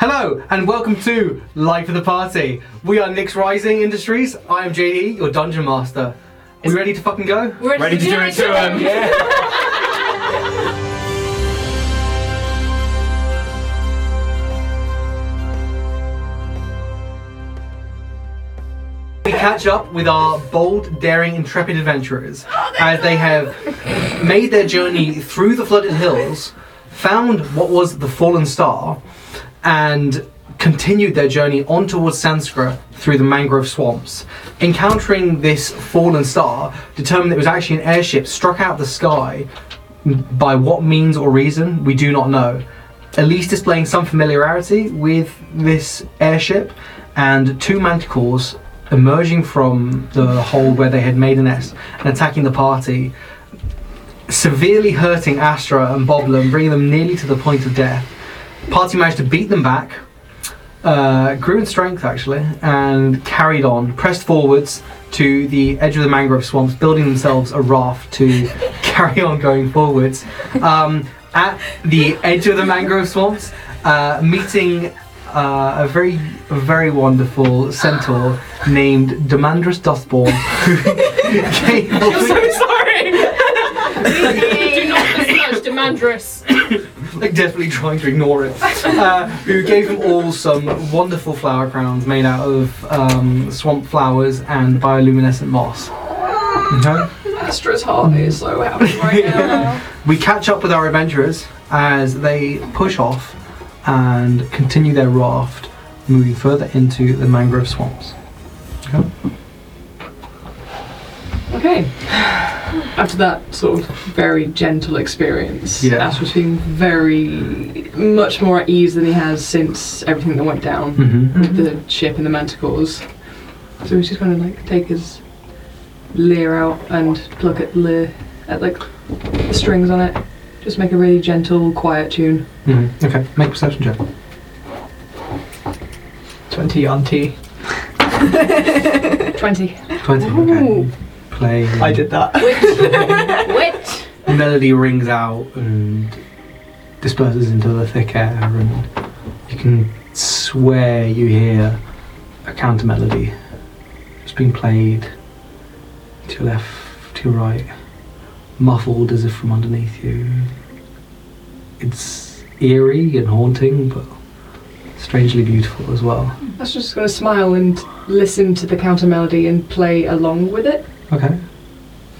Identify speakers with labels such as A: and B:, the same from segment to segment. A: Hello and welcome to Life of the Party. We are Nick's Rising Industries. I am JD, your dungeon master. Are we ready to fucking go?
B: We're
C: Ready to do it to him.
A: um. We catch up with our bold, daring, intrepid adventurers as they have made their journey through the flooded hills, found what was the fallen star, and continued their journey on towards Sanskra through the mangrove swamps. Encountering this fallen star, determined it was actually an airship struck out of the sky by what means or reason, we do not know. At least displaying some familiarity with this airship, and two manticores emerging from the hole where they had made a nest and attacking the party, severely hurting Astra and Boblin, bringing them nearly to the point of death. Party managed to beat them back, uh, grew in strength actually, and carried on, pressed forwards to the edge of the mangrove swamps, building themselves a raft to carry on going forwards. Um, at the edge of the mangrove swamps, uh, meeting uh, a very, a very wonderful centaur named Demandrus Dustborn, who came.
B: I'm sorry. do not massage Demandrus.
A: like desperately trying to ignore it. Uh, who gave them all some wonderful flower crowns made out of um, swamp flowers and bioluminescent moss. Okay.
D: Astra's heart is so happy right now.
A: We catch up with our adventurers as they push off and continue their raft, moving further into the mangrove swamps. Okay.
D: okay. After that sort of very gentle experience,
A: Yeah.
D: Astra's feeling very much more at ease than he has since everything that went down
A: Mm-hmm.
D: with the ship and the manticores. So he's just gonna like take his leer out and pluck at the at like the strings on it. Just make a really gentle, quiet tune.
A: Mm-hmm. Okay. Make a perception check.
E: 20 on T.
D: Twenty.
A: Twenty. Okay. Play.
E: I did that.
B: Wit.
A: melody rings out and disperses into the thick air, and you can swear you hear a counter melody. It's being played to your left, to your right, muffled as if from underneath you. It's eerie and haunting, but strangely beautiful as well.
D: Astra's just gonna smile and listen to the counter melody and play along with it.
A: Okay.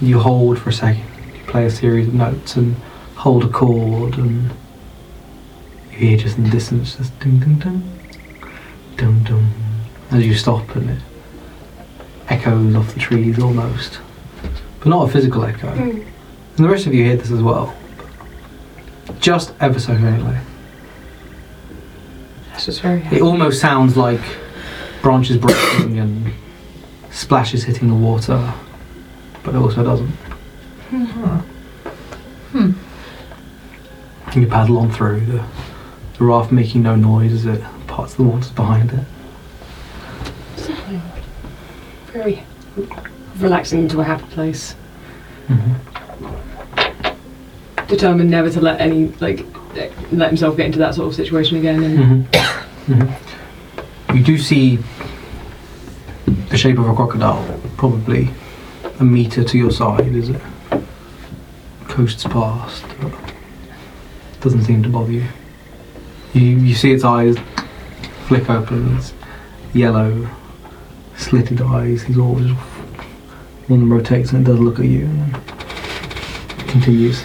A: You hold for a second. You play a series of notes and hold a chord, and you hear just in the distance, just ding ding ding, dum dum, as you stop, and it echoes off the trees almost, but not a physical echo.
D: Mm.
A: And the rest of you hear this as well, but just ever so faintly.
D: That's just very
A: It almost sounds like branches breaking and splashes hitting the water, but it also doesn't. Hmm. You paddle on through, the, the raft making no noise as it parts the waters behind it.
D: very relaxing into a happy place. Determined never to let any like eh, let himself get into that sort of situation again. And
A: Mm-hmm. You do see the shape of a crocodile, probably a metre to your side as it coasts past, but doesn't seem to bother you. You, you see its eyes flick open, it's yellow, slitted eyes, his orbs, one of them rotates and it does look at you and then continues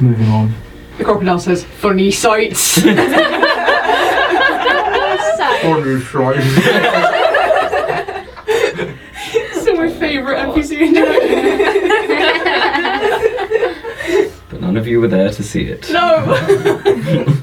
A: moving on.
D: The crocodile says, "Funny sights." so my favourite NPC interaction.
C: But none of you were there to see it.
D: No.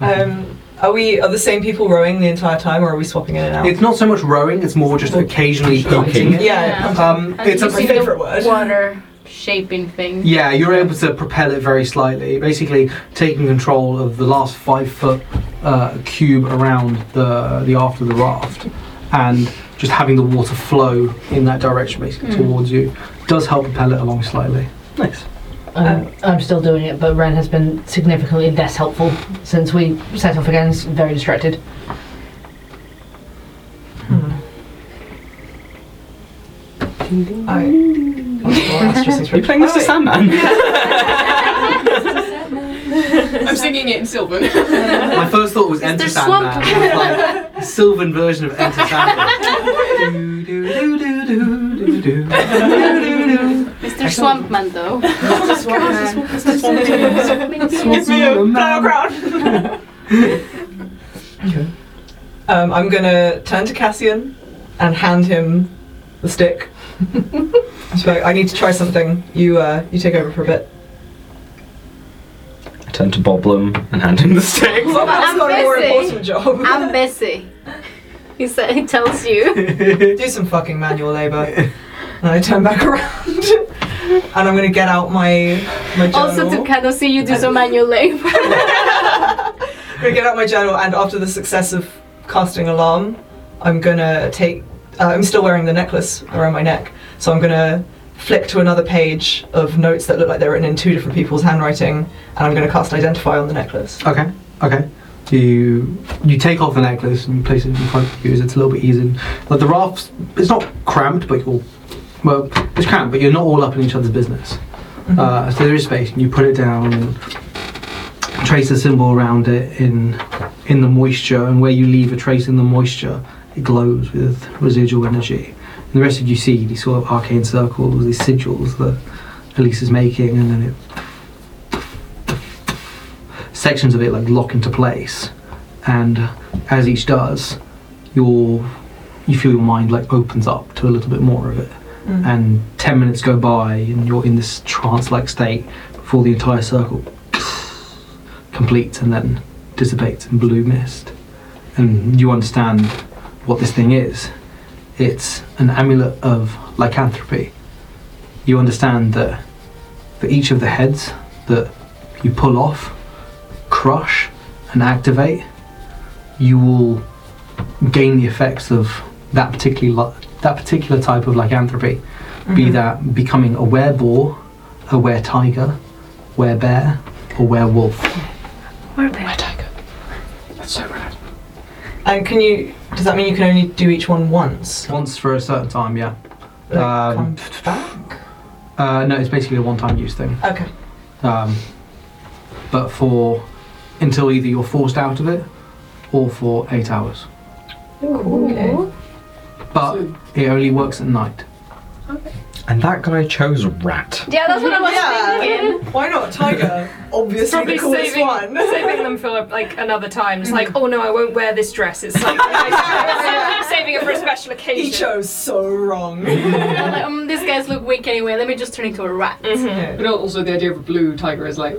E: Um, are we are the same people rowing the entire time, or are we swapping in and out?
A: It's not so much rowing, it's more just occasionally poking it.
E: yeah,
A: Um,
B: And
A: it's
B: you
A: a
B: see the
E: favourite word.
B: Water shaping thing.
A: Yeah, you're able to propel it very slightly, basically taking control of the last five foot uh, cube around the the aft of the raft, and just having the water flow in that direction, basically towards you, does help propel it along slightly.
E: nice.
F: I'm, I'm still doing it, but Ren has been significantly less helpful since we set off again. He's very distracted.
E: I.
C: Are you playing Mr. Sandman?
B: I'm singing it in Sylvan.
A: My first thought was Enter
B: there
A: Sandman.
B: swamp?
A: It was like a Sylvan version of Enter Sandman. Do, do, do, do, do, do, do, do, do, do.
B: Mr. Swampman, though.
E: Give me a flower crown. Um, I'm gonna turn to Cassian and hand him the stick. so I need to try something. You uh, you take over for a bit.
C: I turn to Boblum and hand him the stick.
E: That's got a more
B: busy.
E: important job.
B: I'm busy. He said he tells you.
E: do some fucking manual labour. and I turn back around. and I'm gonna get out my my journal.
B: Also to kind of see you do some manual labor.
E: I'm gonna get out my journal, and after the success of casting alarm, I'm gonna take. Uh, I'm still wearing the necklace around my neck, so I'm gonna flick to another page of notes that look like they're written in two different people's handwriting, and I'm gonna cast identify on the necklace.
A: Okay, okay. Do you you take off the necklace and you place it in front of you? It's a little bit easier. Like the raft, it's not cramped, but you're well, it's cramped, but you're not all up in each other's business. Uh, so there is space, and you put it down and trace the symbol around it in in the moisture, and where you leave a trace in the moisture, it glows with residual energy. And the rest of you see these sort of arcane circles, these sigils that Elise is making, and then it sections of it like lock into place and as each does your you feel your mind like opens up to a little bit more of it
E: Mm.
A: and 10 minutes go by and you're in this trance-like state before the entire circle completes and then dissipates in blue mist and you understand what this thing is it's an amulet of lycanthropy you understand that for each of the heads that you pull off crush and activate, you will gain the effects of that particular li- that particular type of lycanthropy. Be that becoming a wereboar, a were tiger, were bear, or werewolf.
E: And can you? Does that mean you can only do each one once?
A: Once for a certain time, yeah.
E: Like,
A: Um,
E: come back.
A: Uh, no, it's basically a one-time use thing.
E: Okay.
A: Um, but for until either you're forced out of it, or for eight hours.
E: Okay.
A: But it only works at night.
C: And that guy chose rat.
B: Yeah, that's what I was thinking.
E: Yeah. Why not tiger? Obviously,
G: Probably
E: the coolest
G: saving-
E: one.
G: saving them for like another time. It's like, oh no, I won't wear this dress. It's like saving it for a special occasion.
E: He chose so wrong.
B: I'm like, um, these guys look weak anyway. Let me just turn into a rat.
E: Yeah.
H: But also the idea of a blue tiger is like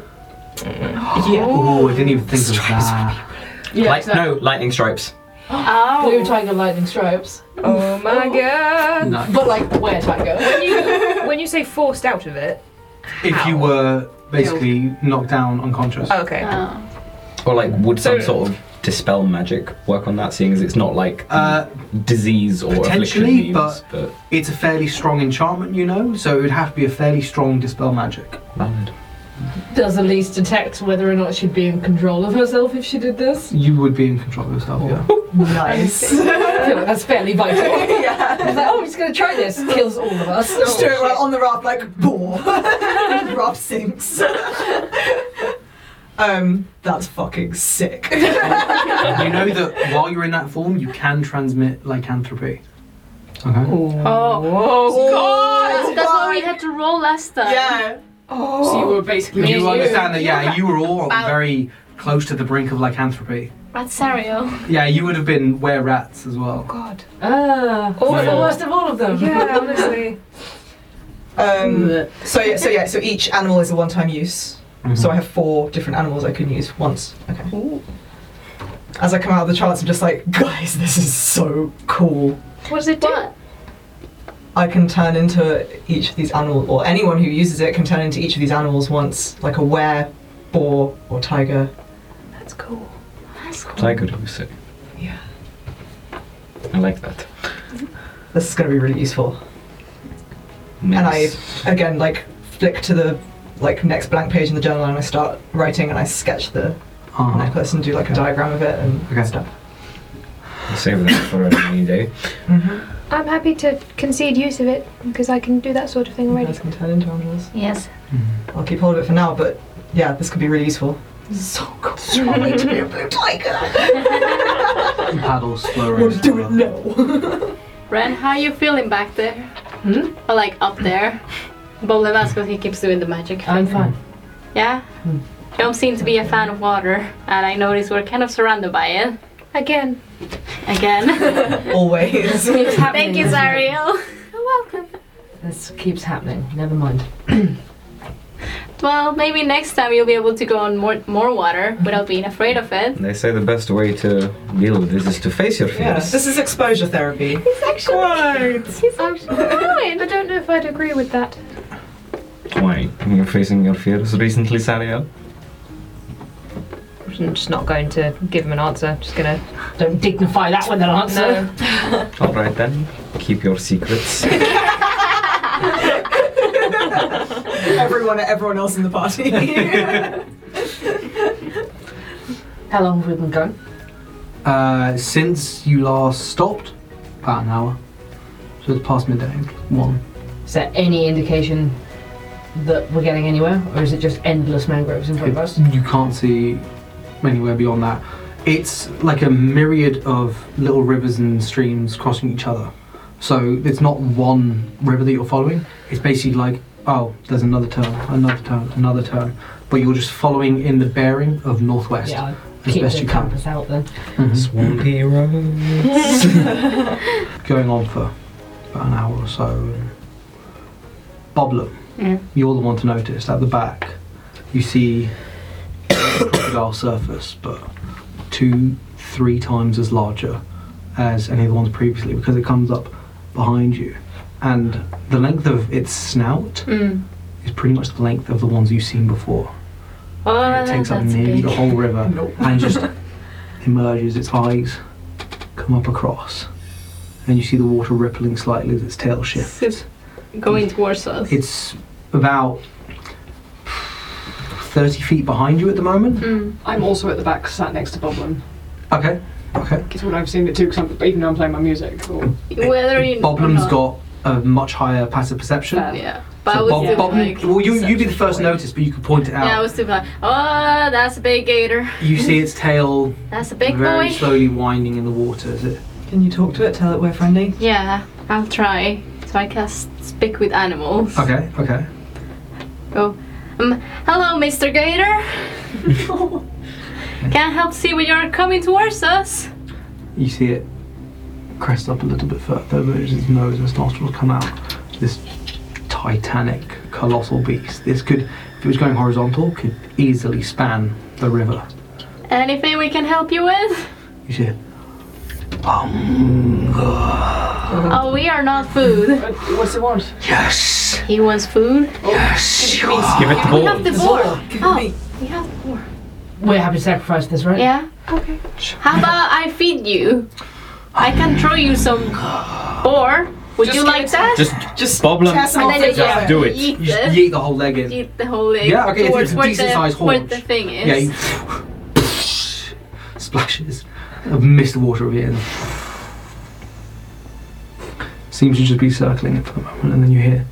A: Oh, I didn't even think of that.
H: yeah,
C: Light- no, lightning stripes.
B: Oh.
H: blue tiger lightning stripes,
G: Oh my god.
A: No.
H: but like where tiger?
G: When you, when you say forced out of it.
A: If you were basically knocked down unconscious.
G: Okay.
B: Oh.
C: Or like, would some
G: So-
C: sort of dispel magic work on that, seeing as it's not like
A: Uh,
C: disease or affliction
A: potentially,
C: means,
A: but-
C: but
A: it's a fairly strong enchantment, you know, so it would have to be a fairly strong dispel magic.
C: valid.
F: Does Elise detect whether or not she'd be in control of herself if she did this?
A: You would be in control of yourself, yeah.
E: Oh. Nice.
F: I feel like that's fairly vital.
E: yeah.
F: She's like, oh, I'm just going to try this. Kills all of us.
E: Just doing like, on the raft like bore. the raft sinks. um, that's fucking sick.
A: you know that while you're in that form, you can transmit lycanthropy. Okay.
E: Oh.
G: Oh
E: God,
B: That's what we had to roll last time.
E: Yeah.
G: So you were basically.
A: you understand that, yeah, you were all very close to the brink of lycanthropy.
B: Ratsario.
A: Yeah, you would have been were rats as well.
G: God.
F: Ah,
G: Awful.
F: the worst of all of them.
G: Yeah, honestly.
E: Um, so yeah, so yeah, so each animal is a one-time use. Mm-hmm.
A: Mm-hmm.
E: So I have four different animals I can use once. Okay. As I come out of the charts, I'm just like, guys, this is so cool.
G: What does it do?
B: What?
E: I can turn into each of these animals, or anyone who uses it can turn into each of these animals once, like a were, boar, or tiger.
G: That's cool.
B: That's cool.
C: Tiger do so.
E: Yeah.
C: I like that.
E: This is going to be really useful. And I, again, like, flick to the like next blank page in the journal and I start writing and I sketch the
A: Uh-huh.
E: necklace and do like a diagram of it and
A: Okay.
E: stuff.
C: Save that for a rainy day.
I: I'm happy to concede use of it because I can do that sort of thing
E: You
I: already.
E: guys can turn into umbrellas.
B: Yes.
E: I'll keep hold of it for now, but yeah, this could be really useful. So cool. I need to be a blue tiger.
A: And paddles slower.
E: We'll
A: and
E: do it
A: slower.
E: now.
B: Ren, how you feeling back there? Hmm? Or like up there? Bolin, that's because he keeps doing the magic.
F: I'm fine.
B: Yeah? You don't seem to be a fan of water, and I notice we're kind of surrounded by it.
I: Again,
B: Again.
E: Always.
F: Keeps happening,
B: Thank you,
F: doesn't it?
B: Zariel. You're welcome.
F: This keeps happening. Never mind.
B: Well, maybe next time you'll be able to go on more, more water without being afraid of it.
C: They say the best way to deal with this is to face your
E: Yeah,
C: fears.
E: this is exposure therapy.
I: it's actually.
E: Right.
I: It's I don't know if I'd agree with that.
C: Why? You're facing your fears recently, Sariel?
D: I'm just not going to give him an answer. Just gonna
F: Don't dignify that with an answer.
D: no.
C: Alright then. Keep your secrets.
E: everyone, everyone else in the party.
F: How long have we been going?
A: Uh, since you last stopped, about an hour. So it's past midday. One.
F: Is there any indication that we're getting anywhere, or is it just endless mangroves in front of us?
A: You can't see anywhere beyond that. It's like a myriad of little rivers and streams crossing each other. So it's not one river that you're following. It's basically like, oh, there's another turn, another turn, another turn. But you're just following in the bearing of northwest.
F: Yeah,
A: As
F: keep
A: best
F: the
A: you can.
F: compass out then.
C: Mm-hmm.
A: Mhm.
C: Swampy roads.
A: Going on for about an hour or so. Boblin,
B: Mm.
A: you're the one to notice. At the back, you see a crocodile surface, but two, three times as larger as any of the ones previously because it comes up behind you. And the length of its snout
B: Mm.
A: is pretty much the length of the ones you've seen before.
B: Oh,
A: it takes up
B: that's
A: nearly
B: big.
A: the whole river and just emerges. Its eyes come up across, and you see the water rippling slightly as its tail shifts.
B: It's going towards us.
A: It's about 30 feet behind you at the moment.
B: Mm.
H: I'm also at the back, sat next to Boblin.
A: Okay, okay.
H: Because when I've seen it too, because even though I'm playing my music, or
B: Whether you
A: Boblin's
B: or
A: got a much higher passive perception.
H: Fair.
B: not. Yeah. But I
A: So
B: was
A: Bob,
B: doing,
A: Boblin-
B: like,
A: well, you, you'd be the first
B: perception.
A: notice, but you could point it out.
B: Yeah, I was doing like, oh, that's a big gator.
A: You see its tail
B: That's a big
A: very
B: boy.
A: slowly winding in the water as it
E: Can you talk to it? Tell it we're friendly.
B: Yeah, I'll try. So I cast speak with animals.
A: Okay, okay.
B: Um, hello, Mr. Gator. Can't help see when you're coming towards us.
A: You see it crest up a little bit further, but its nose and its nostrils come out. This titanic, colossal beast. This could, if it was going horizontal, could easily span the river.
B: Anything we can help you with?
A: You see it. Um,
B: Oh, we are not food.
H: Uh, what's it want?
A: yes,
B: He wants food.
A: yes, you are.
C: Give it the
B: Ah, We have
C: ball.
B: the boar.
E: Give it
B: Oh.
E: me.
B: We have the boar.
F: We're happy to sacrifice this, right?
B: Yeah.
I: Okay.
B: How about I feed you? I can throw you some boar. Would
E: Just
B: you
E: give
B: like
E: it-
B: that?
C: Just
E: Just
C: Boblin.
E: tear some
B: And
E: off
B: then
E: it,
B: you-
E: yeah.
C: do it.
B: Eat
A: You just
B: this.
A: yeet the whole leg in.
B: Eat the whole leg.
A: Yeah, okay, it's-
B: towards
A: it's a
B: where
A: decent-sized
B: the, where
A: haunch.
B: the thing is.
A: Yeah, you splashes of mist water of it and seems to just be circling it for the moment, and then you hear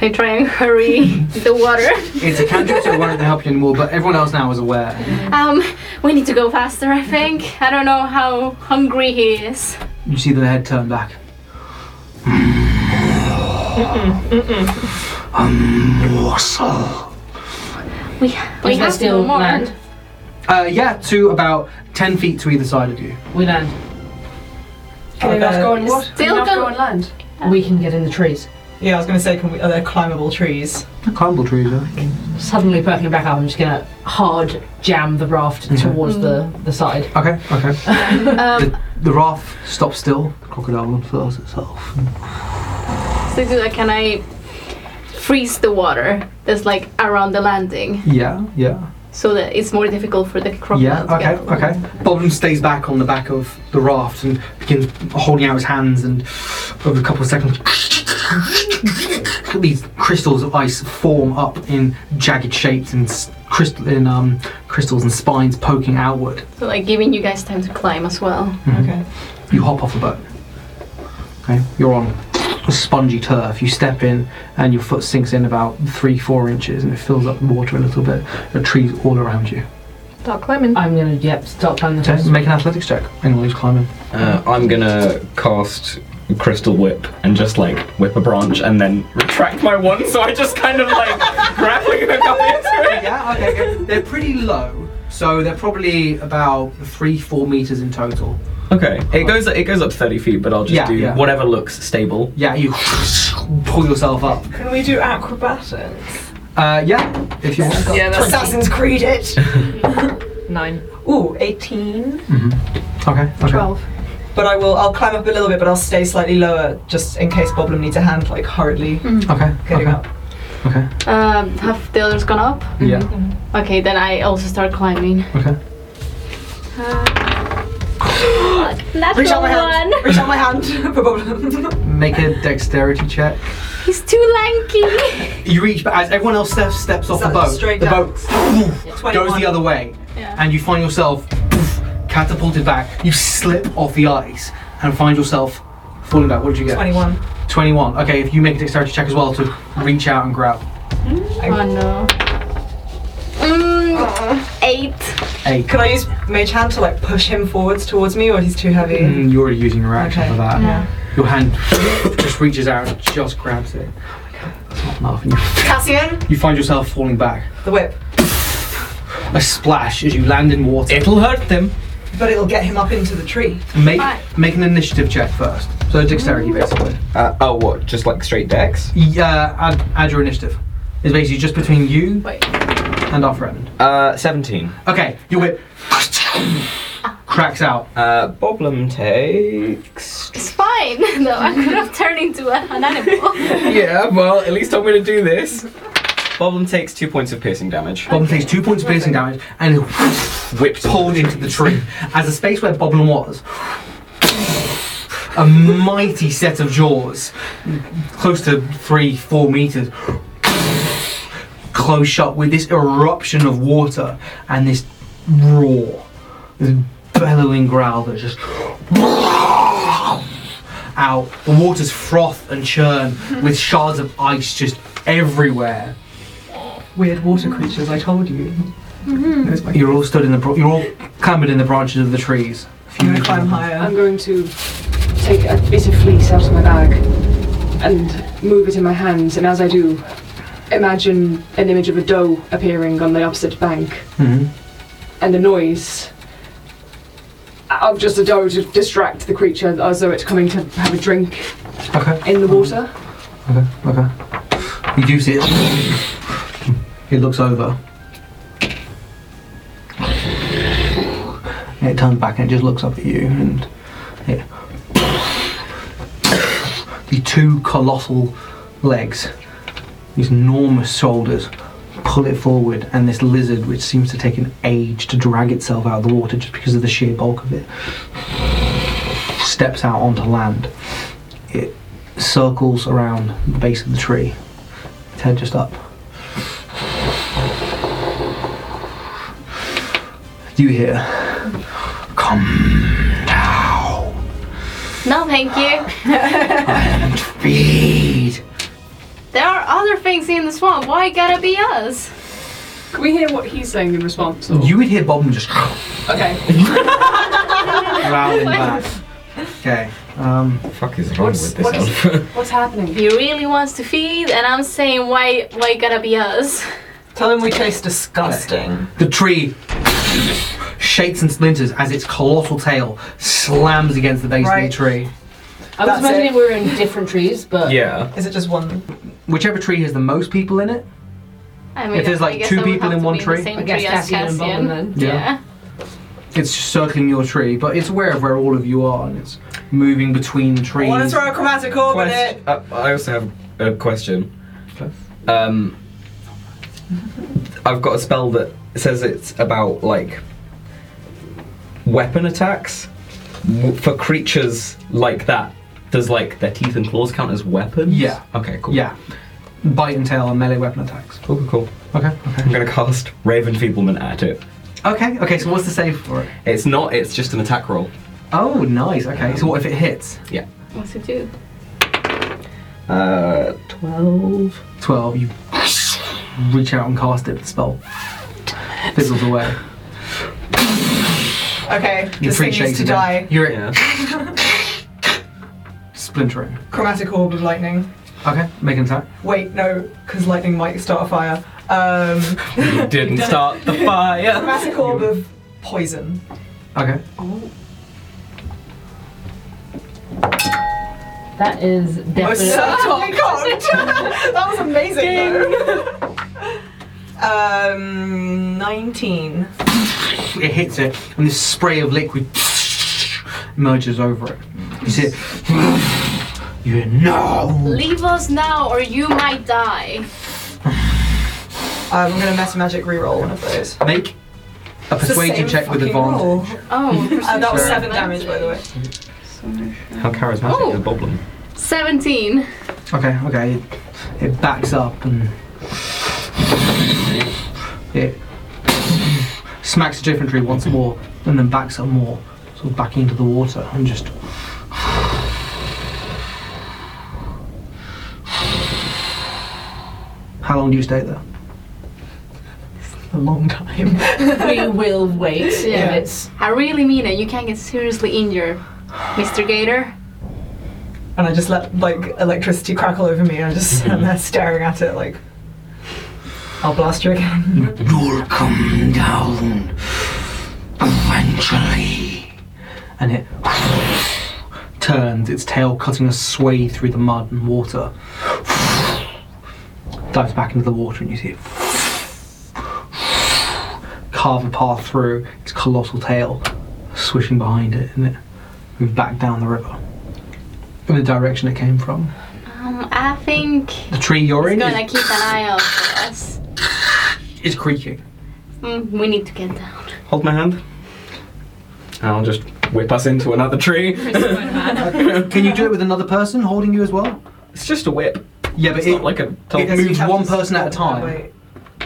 B: I try and hurry the water.
A: It's a cantrip, so it won't help you anymore. But everyone else now is aware.
B: Um, we need to go faster, I think. I don't know how hungry he is.
A: You see the head turn back. Um, morsel.
B: We, we
F: Is there
B: have
F: still
B: no more.
F: land?
A: Uh, yeah, to about ten feet to either side of you.
F: We land.
H: Can they not go on what? Can
B: Still
H: they not go
B: go-
H: on land?
F: We can get in the trees.
E: Yeah, I was gonna say, can we, are there climbable trees?
A: Climbable trees, huh?
F: Suddenly perking back up, I'm just gonna hard jam the raft towards the, the side.
A: Okay, okay.
B: Um,
A: The raft stops still. The crocodile unfurls itself.
B: so do that, can I freeze the water that's like around the landing
A: Yeah, yeah,
B: so that it's more difficult for the crocodile
A: yeah.
B: to
A: Okay,
B: get over?
A: okay. Boblin stays back on the back of the raft and begins holding out his hands, and over a couple of seconds, these crystals of ice form up in jagged shapes and s- crystal in um, crystals and spines poking outward.
B: So like giving you guys time to climb as well.
E: Okay.
A: You hop off a boat. Okay, you're on spongy turf. You step in, and your foot sinks in about three, four inches, and it fills up the water a little bit. There are trees all around you.
H: Start climbing.
F: I'm gonna, yep, start climbing the
A: Okay,
F: stairs.
A: make an athletics check. Anyone who's climbing.
C: Uh, I'm gonna cast Crystal Whip and just like whip a branch and then retract my wand, so I just kind of like grappling hook up into it.
A: Yeah, okay. good. They're pretty low, so they're probably about three, four meters in total.
C: Okay, it goes it goes up 30 feet, but I'll just
A: Yeah,
C: do
A: yeah.
C: whatever looks stable.
A: Yeah, you pull yourself up.
E: Can we do acrobatics?
A: Uh, yeah, if you want.
D: Yeah, that's
E: Assassin's Creed it!
D: nine.
E: Ooh, 18.
A: Okay, okay.
E: But I will, I'll climb up a little bit, but I'll stay slightly lower just in case Boblin needs a hand, like hurriedly
A: Okay, okay,
E: getting up.
A: okay.
B: Um, have the others gone up?
A: Yeah,
B: Okay, then I also start climbing.
A: okay.
E: Reach
B: Natural
E: out my hand!
B: one.
E: Reach out my hand for Boblin.
A: Make a dexterity check.
B: He's too lanky.
A: You reach, but as everyone else steps, steps off
E: that
A: the boat,
E: straight
A: the
E: down?
A: boat goes
E: 21.
A: the other way,
B: Yeah.
A: and you find yourself catapulted back. You slip off the ice and find yourself falling back. What did you get?
E: 21.
A: 21. Okay, if you make a dexterity check as well to reach out and grab.
B: Oh no. Mm, eight.
A: Eight.
E: Can I use Mage Hand to like push him forwards towards me or he's too heavy?
A: Mm, you're already using your action
E: Mm-hmm. Okay.
A: for that.
E: Yeah.
A: Your hand just reaches out and just grabs it. Oh That's not enough. And you,
E: Cassian,
A: you find yourself falling back.
E: the whip.
A: A splash as you land in water.
C: It'll hurt them.
E: But it'll get him up into the tree.
A: Make make an initiative check first. So dexterity basically.
C: Uh, oh, what? Just like straight decks?
A: Yeah, add, add your initiative. It's basically just between you and our friend.
C: Uh, 17.
A: Okay, your whip cracks out.
C: Uh, Boblum takes.
B: It's fine. No, I could have turned into a, an animal.
C: yeah, well, at least I'm gonna do this. Boblum takes two points of piercing damage.
A: Boblin takes two points of piercing damage and
C: Whipped.
A: pulled into the tree. As the space where Boblin was, a mighty set of jaws, close to three, four meters, close shut with this eruption of water and this roar, this bellowing growl that just out. The waters froth and churn with shards of ice just everywhere.
E: Weird water creatures, I told you. Those my-
A: You're all stood in the bro- you're all clambered in the branches of the trees.
E: I'm gonna climb higher.
H: I'm going to take a bit of fleece out of my bag and move it in my hands, and as I do, imagine an image of a doe appearing on the opposite bank
A: Mhm.
H: and a noise of just a doe to distract the creature as though it's coming to have a drink
A: Okay,
H: in the water.
A: okay, okay. You do see it. It looks over. It turns back and it just looks up at you and it the two colossal legs, these enormous shoulders, pull it forward, and this lizard, which seems to take an age to drag itself out of the water just because of the sheer bulk of it, steps out onto land. It circles around the base of the tree, its head just up. You hear, come down
B: No, thank you.
A: and feed.
B: There are other things in the swamp. Why gotta be us?
H: Can we hear what he's saying in response? Or?
A: You would hear Bob and just
H: okay.
A: growling back. Okay. Um,
C: What the fuck is wrong with this elf?
H: What's happening?
B: He really wants to feed, and I'm saying, why? Why gotta be us?
E: Tell him we taste disgusting.
A: the tree shakes and splinters as its colossal tail slams against the base of
E: Right.
A: the tree.
F: I was
E: That's
F: imagining
E: it.
F: we were in different trees, but
C: yeah.
E: Is it just one?
A: Whichever tree has the most people in it,
B: I mean,
A: If there's,
B: I
A: like,
B: guess
A: two
B: I would
A: people
B: have
A: in
B: to
A: one
B: be
A: tree?
B: the same
F: I guess
B: tree as
F: Cassian and Boblin
B: Cassian.
F: then.
A: Yeah. it's just circling your tree, but it's aware of where all of you are and it's moving between trees.
E: want to throw a chromatic orb at
C: Quest-
E: it.
C: uh, I also have a question. Um, I've got a spell that says it's about like weapon attacks W- for creatures like that. Does like their teeth and claws count as weapons?
A: Yeah.
C: Okay, cool.
A: Yeah. Bite and tail and melee weapon attacks.
C: Cool, cool, cool.
A: Okay.
C: I'm gonna cast Raven Feebleman at it.
A: Okay, okay, so what's the save for it?
C: It's not, it's just an attack roll.
A: Oh, nice. Okay, so what if it hits?
C: Yeah.
B: What's it do?
C: Uh, 12.
A: 12, you reach out and cast it, but the spell fizzles away.
E: Okay,
A: You
E: this thing needs
A: shakes
E: to
A: again.
E: die.
A: You're
C: Yeah.
A: splintering.
E: Chromatic orb of lightning.
A: Okay, make an attack.
E: Wait, no, because lightning might start a fire. Um,
C: You didn't start the fire.
E: chromatic orb of poison.
A: Okay.
F: That is definitely.
E: Oh my god! that was amazing. though. um, nineteen.
A: It hits it, and this spray of liquid merges over it. You see it. You hear, no!
B: Leave us now or you might die.
E: Um, I'm gonna meta magic reroll one of those.
A: Make a
E: It's the
A: persuasion
E: same
A: check with
E: fucking
A: advantage.
E: roll.
B: Oh,
E: Uh, that was seven damage, by the way.
C: How charismatic
B: Oh.
C: is Boblin?
B: 17.
A: Okay, okay. It, it backs up and it smacks the different tree once more and then backs up more, sort of back into the water and just. How long do you stay there?
F: a long time. we will wait.
B: Yeah.
F: If it's
B: I really mean it. You can get seriously injured, Mr. Gator.
E: And I just let like electricity crackle over me, and I just stand there staring at it like. I'll blast you again.
A: You'll come down eventually. And it turns, its tail cutting a sway through the mud and water. Dives back into the water, and you see it carve a path through its colossal tail, swishing behind it, and it moves back down the river in the direction it came from.
B: Um, I think
A: The tree you're
B: he's
A: in
B: gonna
A: is,
B: keep an eye out for us.
A: is creaking.
B: Mm, we need to get down.
C: Hold my hand. And I'll just whip us into another tree.
A: Can you do it with another person holding you as well?
C: It's just a whip.
A: Yeah, but
C: It's
A: it,
C: not like a.
A: it
E: Because you
A: moves
E: have
A: one
E: to
A: person at a
E: support that
A: time.
E: weight.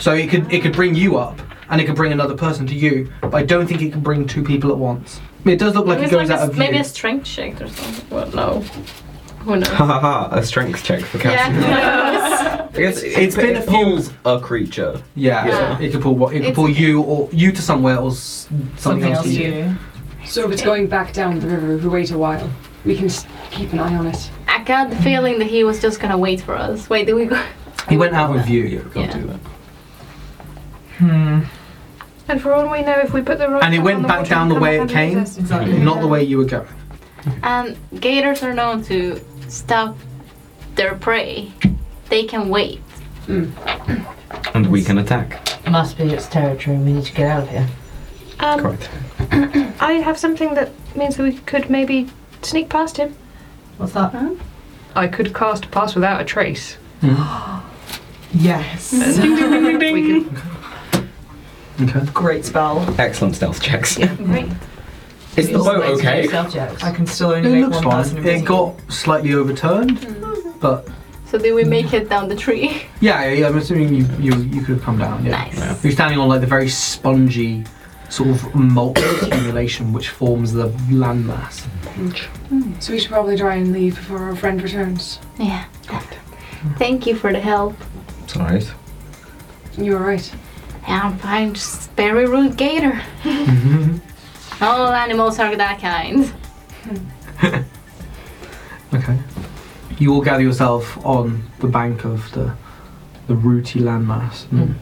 A: So it could it could bring you up and it could bring another person to you, but I don't think it can bring two people at once. I mean, it does look like it
B: Maybe
A: goes
B: it's like
A: out
B: a,
A: of
B: maybe
A: view.
B: a strength check or something. Well, no. Who knows?
C: Ha ha ha! A strength check for
B: yeah,
C: Cassidy.
B: who knows?
C: I guess it's
A: been a
C: it
A: few-
C: pulls a creature.
A: yeah,
B: Yeah.
A: it could pull what it could
B: It's-
A: pull you or you to somewhere or s- something, else to you.
D: So if it's going back down the river, if we wait a while, we can s- keep an eye on it.
B: I got the feeling that he was just gonna wait for us. Wait, did we go?
A: He went out of view,
C: Yeah, we can't
B: Yeah.
C: do that.
I: And for all we know, if we put the rock
A: And it
I: down
A: went
I: on the
A: back
I: water,
A: down the
I: it'll
A: way
I: come up
A: it
I: and eat
A: came?
I: us.
E: Exactly.
A: not the way you were going.
B: And Um, gators are known to stop their prey. They can wait.
C: And we can attack.
F: must be its territory, and we need to get out of here.
I: Um,
C: Correct.
I: I have something that means that we could maybe sneak past him.
E: What's that?
D: I could cast Pass Without a Trace.
E: Yes.
D: We could,
A: Okay.
E: Great spell.
C: Excellent stealth checks.
B: Great.
C: Is the boat
F: Always
C: okay?
F: use subjects.
E: I can still only
A: It
E: make
A: looks
E: one person
A: fine. It
E: invisible.
A: got slightly overturned, but
B: So did we make it down the tree?
A: yeah, yeah, I'm assuming you you, you could have come down. Yeah.
B: Nice. Yeah.
A: You're standing on like the very spongy sort of mulch accumulation which forms the landmass.
D: so we should probably try and leave before our friend returns.
B: Yeah. Thank you for the help.
C: It's alright.
D: You're right.
B: Yeah, I'm fine. Just very rude gator. All animals are that kind.
A: Okay. You all gather yourself on the bank of the the rooty landmass. And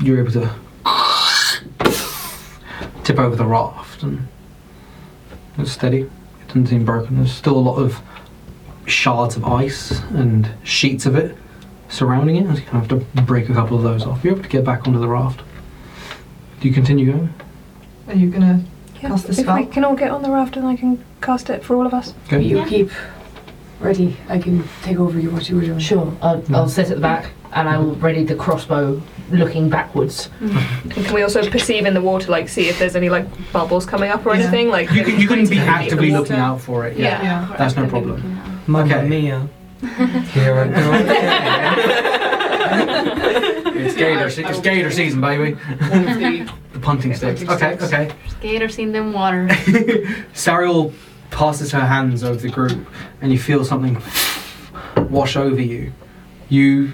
A: You're able to tip over the raft, and it's steady. It doesn't seem broken. There's still a lot of shards of ice and sheets of it surrounding it. You kind of have to break a couple of those off. You're able to get back onto the raft. Do you continue going?
E: Are you gonna?
I: Yeah.
E: Cast the
I: If
E: spell?
I: we can all get on the raft, and I can cast it for all of us.
A: Okay.
D: You
B: Yeah.
D: keep ready. I can take over you what you were doing.
F: Sure, I'll, I'll sit at the back. and I will ready the crossbow looking backwards.
G: And can we also perceive in the water, like see if there's any like bubbles coming up or
E: Yeah.
G: anything? Like
A: You can, you can be
G: Yeah.
A: actively
G: Yeah.
A: looking out for it. Yeah,
G: Yeah.
E: Yeah.
A: that's no problem.
J: Mamma
A: Okay.
J: mia. Here I go. again.
A: It's gator, se- it's gator season, baby. the punting sticks. Okay, okay.
B: Gators in the water.
A: Sariel passes her hands over the group, and you feel something wash over you. You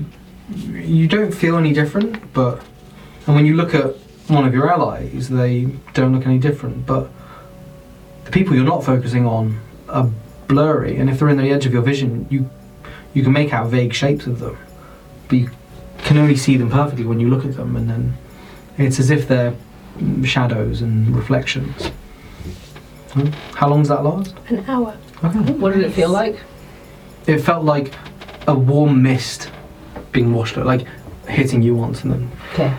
A: you don't feel any different, but and when you look at one of your allies, they don't look any different. But the people you're not focusing on are blurry, and if they're in the edge of your vision, you you can make out vague shapes of them, but you can only see them perfectly when you look at them, and then it's as if they're mm, shadows and reflections. Hmm. How long does that last?
I: An hour.
F: What did it feel like?
A: It felt like a warm mist being washed, like hitting you once and then.
F: Okay.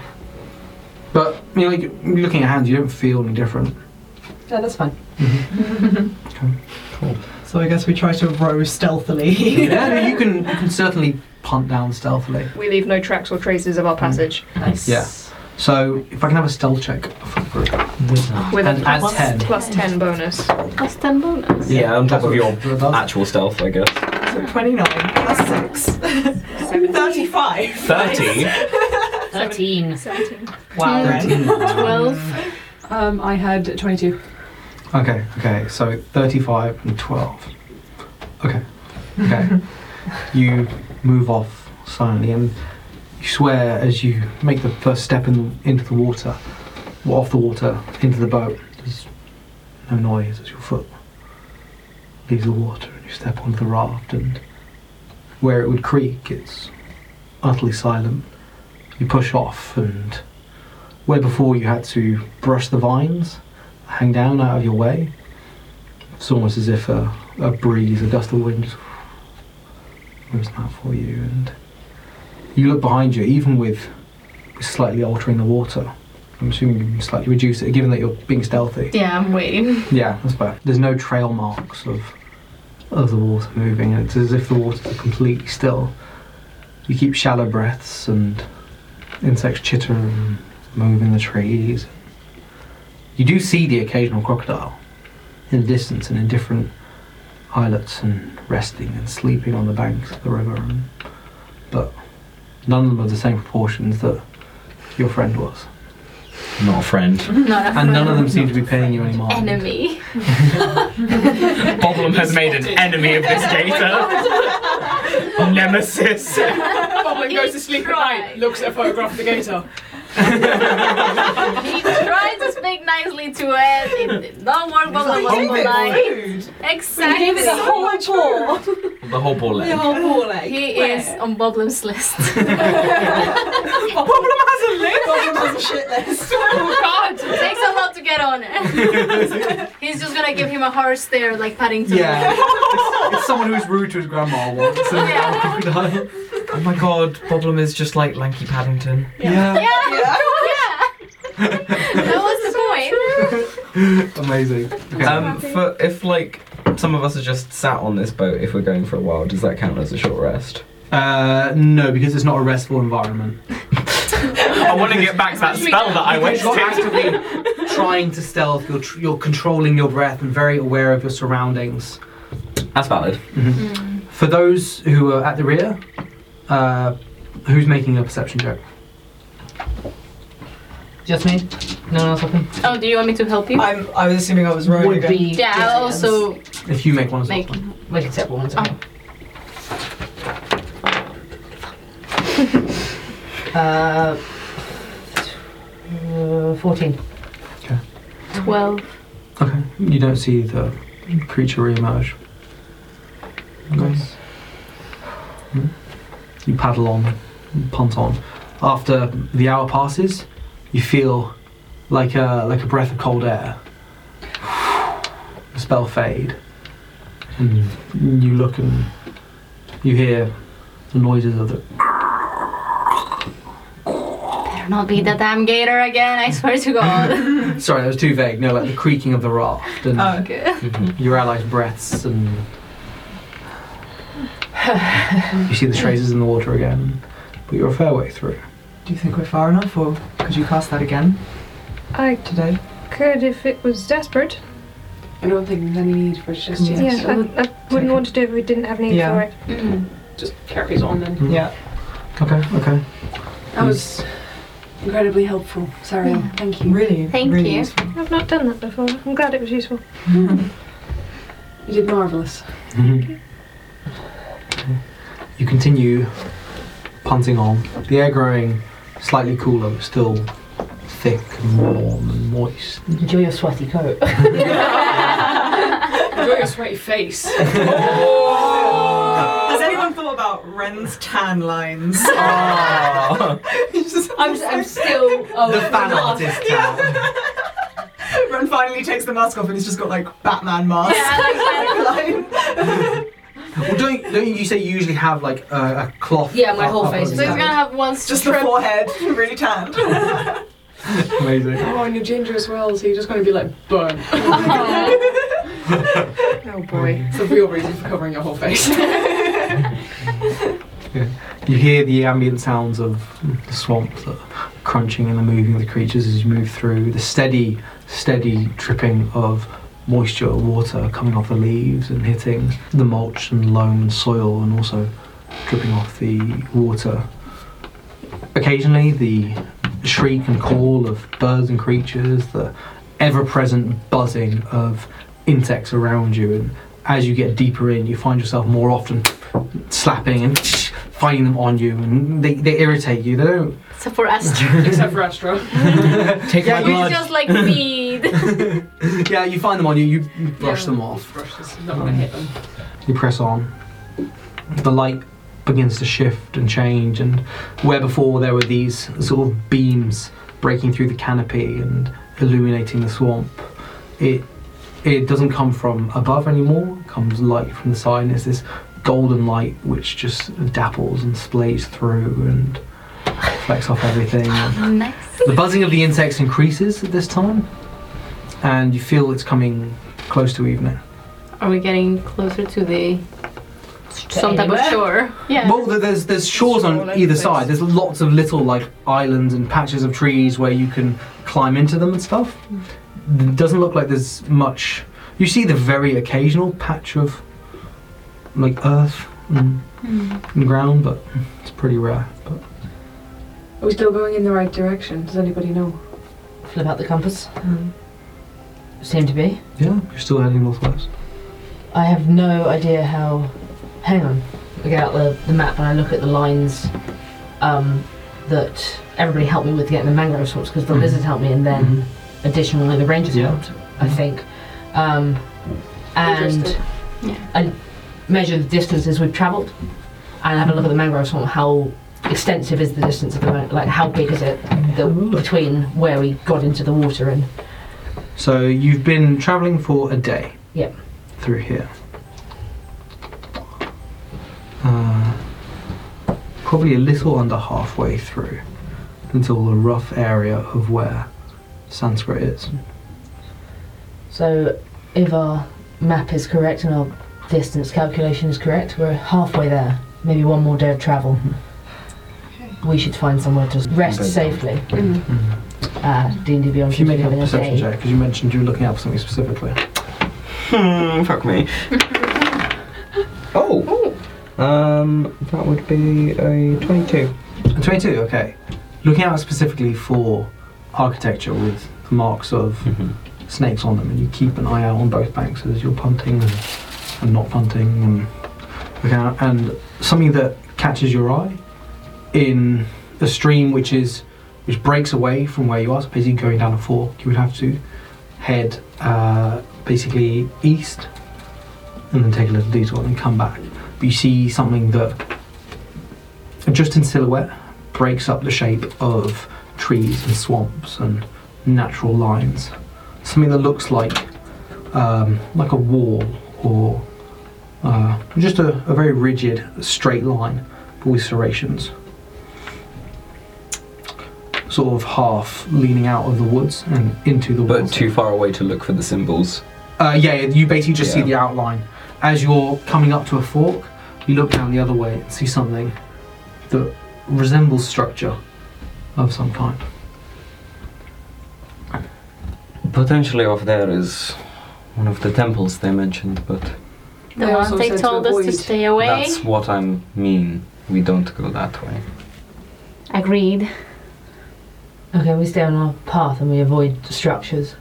A: But you know, like looking at hands, you don't feel any different.
F: No, that's fine.
E: So I guess we try to row stealthily.
A: yeah, no, you can you can certainly punt down stealthily.
G: We leave no tracks or traces of
A: Hmm.
G: our passage.
F: Nice.
A: Yeah. So if I can have a stealth check for the group,
G: With
A: and
G: a
A: add
G: plus-
A: ten.
G: plus 10 bonus.
B: Plus 10 bonus.
C: Yeah, on top of your
A: That's-
C: actual stealth, I guess.
E: So 29 plus 6. 35.
C: 30?
F: 13.
I: 17.
E: Wow, Ren.
B: 12.
D: Um, I had 22.
A: Okay, okay, so 35 and 12. Okay, okay. you move off silently and you swear as you make the first step in, into the water, or off the water, into the boat. There's no noise as your foot leaves the water and you step onto the raft and where it would creak, it's utterly silent. You push off and where before you had to brush the vines, hang down out of your way. It's almost as if a, a breeze, a gust of wind, moves out for you, and you look behind you, even with slightly altering the water. I'm assuming you can slightly reduce it, given that you're being stealthy.
B: Yeah, I'm waiting.
A: Yeah, that's fair. There's no trail marks of of the water moving, and it's as if the water's completely still. You keep shallow breaths, and insects chitter and move in the trees. You do see the occasional crocodile in the distance and in different islets and resting and sleeping on the banks of the river, and, but none of them are the same proportions that your friend was,
C: Not a friend.
B: Not a
A: and none of them
B: friend.
A: seem to be paying you any mind.
B: Enemy.
C: Boblum has made an enemy of this gator. Nemesis.
B: Goblin goes to sleep at night.
D: Looks at a photograph of the gator.
B: He tried to speak nicely to it. It did not work, but the was
E: Give Oh, it
B: like,
E: food.
B: exactly.
D: Give it the whole tour.
C: The whole ball leg.
E: Oh, poor leg.
B: He is on Boblin's list.
E: Problem has a leg. Problem has a shit list.
B: It takes a lot to get on it. He's just gonna give him a hard stare like Paddington.
A: Yeah. it's, it's someone who's rude to his grandma once. And
B: Yeah.
A: yeah.
J: Oh my god, Boblum is just like Lanky Paddington.
A: yeah.
B: Yeah.
E: Yeah.
B: That was the point.
A: Amazing. Okay.
C: Um, for if like some of us are just sat on this boat, if we're going for a while, does that count as a short rest?
A: uh, no, because it's not a restful environment.
C: I want to get back to that spell that I
A: Because you're actively trying to stealth. You're, tr- you're controlling your breath and very aware of your surroundings.
C: That's valid.
A: Mm-hmm.
B: Mm.
A: For those who are at the rear, uh, who's making a perception check?
F: Just me? No one else I can.
B: Oh, do you want me to help you?
E: I'm, I was assuming I was rowing
F: Would
E: again.
F: be.
B: yeah, I also
A: If you make one as well.
B: make.
F: Make it separate ones. okay.
B: Oh.
F: Uh, uh, 14.
B: 12.
A: Okay. You don't see the creature reemerge. Nice. Hmm? You paddle on, punt on. After the hour passes, you feel like a like a breath of cold air. The spell fade, and you look and you hear the noises of the
B: Better not be the damn gator again, I swear to God.
A: Sorry, that was too vague. No, like the creaking of the raft and
E: Oh,
B: okay.
A: your allies' breaths, and you see the traces in the water again. but you're a fair way through.
E: Do you think we're far enough, or could you cast that again
I: I
E: today?
I: could if it was desperate.
D: I don't think there's any need for it just
E: Yeah.
D: yet.
I: Yeah, I, I wouldn't want to do it if we didn't have need
E: Yeah.
I: for it.
D: Just carries on then.
E: Yeah.
A: Okay, okay.
D: That was incredibly helpful, Sariel. Thank you.
E: Really.
B: Thank
E: really
B: you.
E: useful.
I: I've not done that before. I'm glad it was useful.
D: You did marvellous.
A: Mm-hmm. You continue punting on. The air growing slightly cooler, but still thick and warm and moist.
F: Enjoy your sweaty coat.
D: Enjoy your sweaty face.
E: Has anyone thought about Ren's tan lines? He's just-
G: I'm, I'm still. Oh,
A: the fan artist town.
E: Ren finally takes the mask off and he's just got like Batman mask.
A: Well, don't, don't you say you usually have like a, a cloth?
G: Yeah, my whole
A: up-
G: face
A: up
G: is
B: So he's
A: over
B: gonna have one
E: just the
B: strip.
E: forehead, really tanned.
A: it? Amazing.
D: oh, and you're ginger as well, so you're just going to be like burnt. oh boy. It's a real reason for covering your whole face.
A: You hear the ambient sounds of the swamp, the crunching and the moving of the creatures as you move through, the steady, steady dripping of moisture, water coming off the leaves and hitting the mulch and loam and soil, and also dripping off the water. Occasionally, the shriek and call of birds and creatures, the ever present buzzing of insects around you, and as you get deeper in, you find yourself more often slapping and finding them on you, and they, they irritate you. They don't.
B: Except for Astro.
D: Except for Astro.
C: Take
A: Yeah,
C: my
A: you
B: It's
C: blood.
B: just like weed.
A: Yeah, you find them on you. You you brush them off.
D: Brushes. Not going to hit them.
A: You press on. The light begins to shift and change, and where before there were these sort of beams breaking through the canopy and illuminating the swamp, it it doesn't come from above anymore. It comes light from the side, and it's this golden light which just dapples and splays through and flecks off everything.
B: nice.
A: The buzzing of the insects increases at this time, and you feel it's coming close to evening.
B: Are we getting closer to the some type of
F: anywhere?
B: shore? Yeah.
A: Well, th- there's there's shores on either side. There's lots of little like islands and patches of trees where you can climb into them and stuff. It doesn't look like there's much. You see the very occasional patch of like earth and, and ground, but it's pretty rare. But
D: Are we still going in the right direction? Does anybody know?
F: Flip out the compass.
E: Um,
F: Seem to be.
A: yeah, you're still heading northwest.
F: I have no idea how. Hang on. I get out the, the map and I look at the lines um, that everybody helped me with getting the mangrove sorts because the
A: Mhm.
F: lizard helped me and then additionally the rangers
A: Yeah. Mm-hmm.
F: helped, I think. Um, and
D: Interesting.
B: Yeah.
F: I measure the distances we've travelled and have a look at the mangrove swamp. How extensive is the distance of the man- like how big is it the, between where we got into the water and
A: So you've been travelling for a day.
F: Yep.
A: Through here. Uh, probably a little under halfway through until the rough area of where Sanskrit is.
F: So, if our map is correct and our distance calculation is correct, we're halfway there. Maybe one more day of travel.
A: Mm-hmm.
F: We should find somewhere to rest
C: Okay.
F: safely. Uh, D&D
A: Mm-hmm. If you
F: Beyond should
A: make
F: be
A: a
F: having a
A: perception
F: day.
A: check, because you mentioned you were looking up something specifically.
K: Mm,
C: Hmm, fuck me. Oh. Um, that would be a 22.
A: A 22, okay. Looking out specifically for architecture with the marks of
K: Mm-hmm.
A: snakes on them, and you keep an eye out on both banks as you're punting and, and not punting, and looking out. And something that catches your eye in a stream which is which breaks away from where you are. So basically, going down a fork, you would have to head uh, basically east, and then take a little detour and come back. But you see something that just in silhouette breaks up the shape of trees and swamps and natural lines. Something that looks like um, like a wall or uh, just a, a very rigid straight line but with serrations. Sort of half leaning out of the woods and into the
C: But
A: woods.
C: too far away to look for the symbols.
A: Uh, yeah, you basically just see
C: Yeah.
A: the outline. As you're coming up to a fork, you look down the other way and see something that resembles structure of some kind.
K: Potentially off there is one of the temples they mentioned, but
B: The
H: They
B: one
H: also
B: they
H: said to
B: told us to
H: avoid.
B: stay away.
K: that's what I am mean. We don't go that way.
B: Agreed.
F: Okay, we stay on our path and we avoid structures.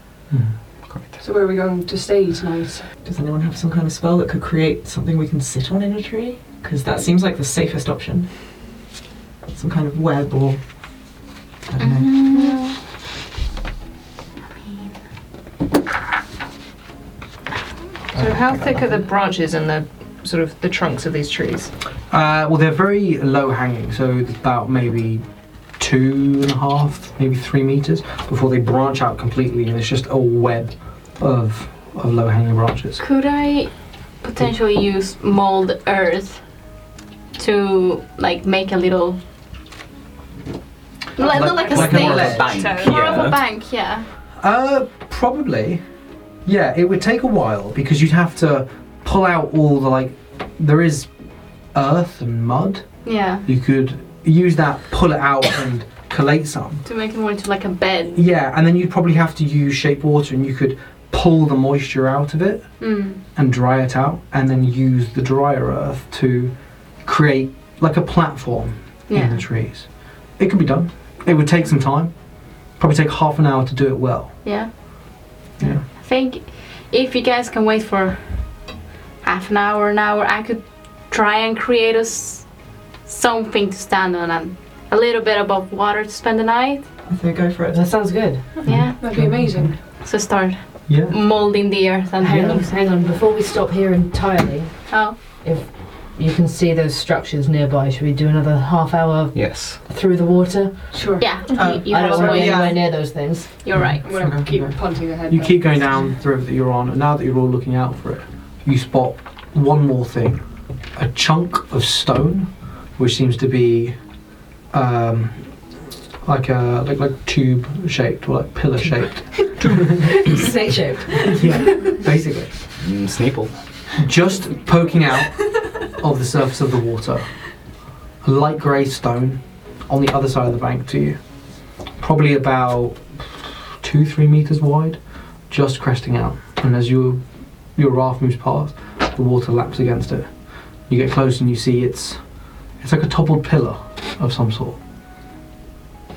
D: So where are we going to stay tonight?
E: Does anyone have some kind of spell that could create something we can sit on in a tree? Because that seems like the safest option. Some kind of web or. I don't know.
G: So how thick are the branches and the sort of the trunks of these trees?
A: Uh, well, they're very low hanging, so it's about maybe two and a half, maybe three meters before they branch out completely, and it's just a web of of low hanging branches.
B: Could I potentially use mold earth to like make a little like, not like a
A: like a
B: stage,
A: more of a
K: bank,
B: more of
K: yeah.
B: a bank, yeah.
A: Uh, probably. Yeah, it would take a while because you'd have to pull out all the like. There is earth and mud.
B: Yeah,
A: You could use that, pull it out, and collate some.
B: to make it more into like a bed.
A: Yeah, and then you'd probably have to use shape water, and you could pull the moisture out of it
B: Mm.
A: and dry it out, and then use the drier earth to create like a platform in
B: Yeah,
A: the trees. It could be done. It would take some time. Probably take half an hour to do it well.
B: yeah.
A: Yeah.
B: I think if you guys can wait for half an hour, an hour, I could try and create us something to stand on and a little bit above water to spend the night.
E: I think go for it.
F: That sounds good.
B: Yeah.
D: That'd be amazing.
B: So start
A: Yeah.
B: molding the earth and
F: Hang on, hang on. Before we stop here entirely,
B: Oh,
F: you can see those structures nearby. Should we do another half hour
K: Yes.
F: through the water?
D: Sure.
B: yeah.
E: Oh,
B: you, you
F: Uh, I
B: have a
F: don't want to
B: point.
F: be
E: yeah.
F: anywhere near those things.
B: You're right.
D: I'm gonna keep punting ahead.
A: You
D: then.
A: keep going down the river that you're on, and now that you're all looking out for it, you spot one more thing a chunk of stone, which seems to be um, like a like, like tube shaped or like pillar shaped.
F: Snake shaped.
A: yeah, basically.
K: Mm, Sneeple.
A: Just poking out of the surface of the water. A light grey stone on the other side of the bank to you. Probably about two, three meters wide, just cresting out. And as your your raft moves past, the water laps against it. You get close and you see it's it's like a toppled pillar of some sort.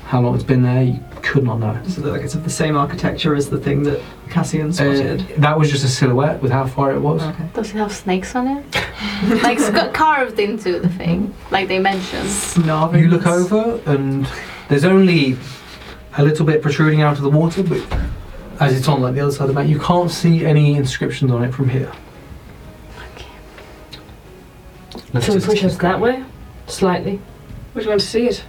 A: How long it's been there, you could not know.
E: Does it look like it's of the same architecture as the thing that Cassian spotted?
A: Uh, that was just a silhouette with how far it was.
E: okay.
B: Does it have snakes on it? like sc- carved into the thing, like they mentioned.
E: Snarving.
A: You look over, and there's only a little bit protruding out of the water, but as it's on like the other side of the bank, you can't see any inscriptions on it from here.
K: Let's
F: Should we
K: just
F: push us
K: keep
F: that
K: going.
F: way? Slightly.
D: Would you want to see it?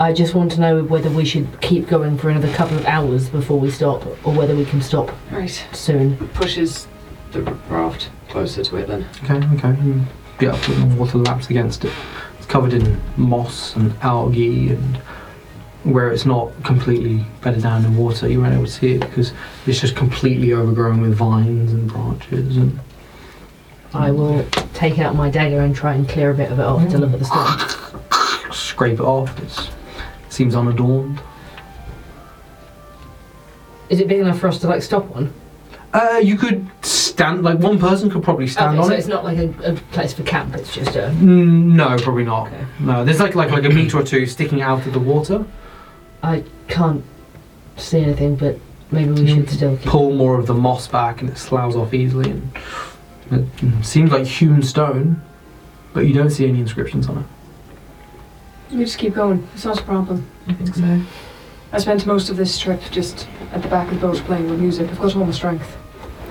F: I just want to know whether we should keep going for another couple of hours before we stop, or whether we can stop
D: Right.
F: soon.
D: Pushes the raft closer to it then.
A: Okay, okay. You get up, and the water laps against it. It's covered in moss and algae, and where it's not completely bedded down in water, you won't be able to see it because it's just completely overgrown with vines and branches. And
F: I will take out my dagger and try and clear a bit of it off to look at the stone.
A: scrape it off. It's, it seems unadorned.
F: Is it big enough for us to like stop on?
A: Uh, you could stand like one person could probably stand
F: okay,
A: on
F: so
A: it.
F: it's not like a, a place for camp. It's just a.
A: Mm, No, probably not.
F: Okay.
A: No, there's like like like a meter or two sticking out of the water.
F: I can't see anything, but maybe we
A: Mm.
F: should still keep.
A: Pull more of the moss back, and it sloughs off easily. And it mm, seems like hewn stone, but you don't see any inscriptions on it.
D: You just keep going. It's not a problem.
E: I think so.
D: I spent most of this trip just at the back of the boat playing with music. I've got all my strength.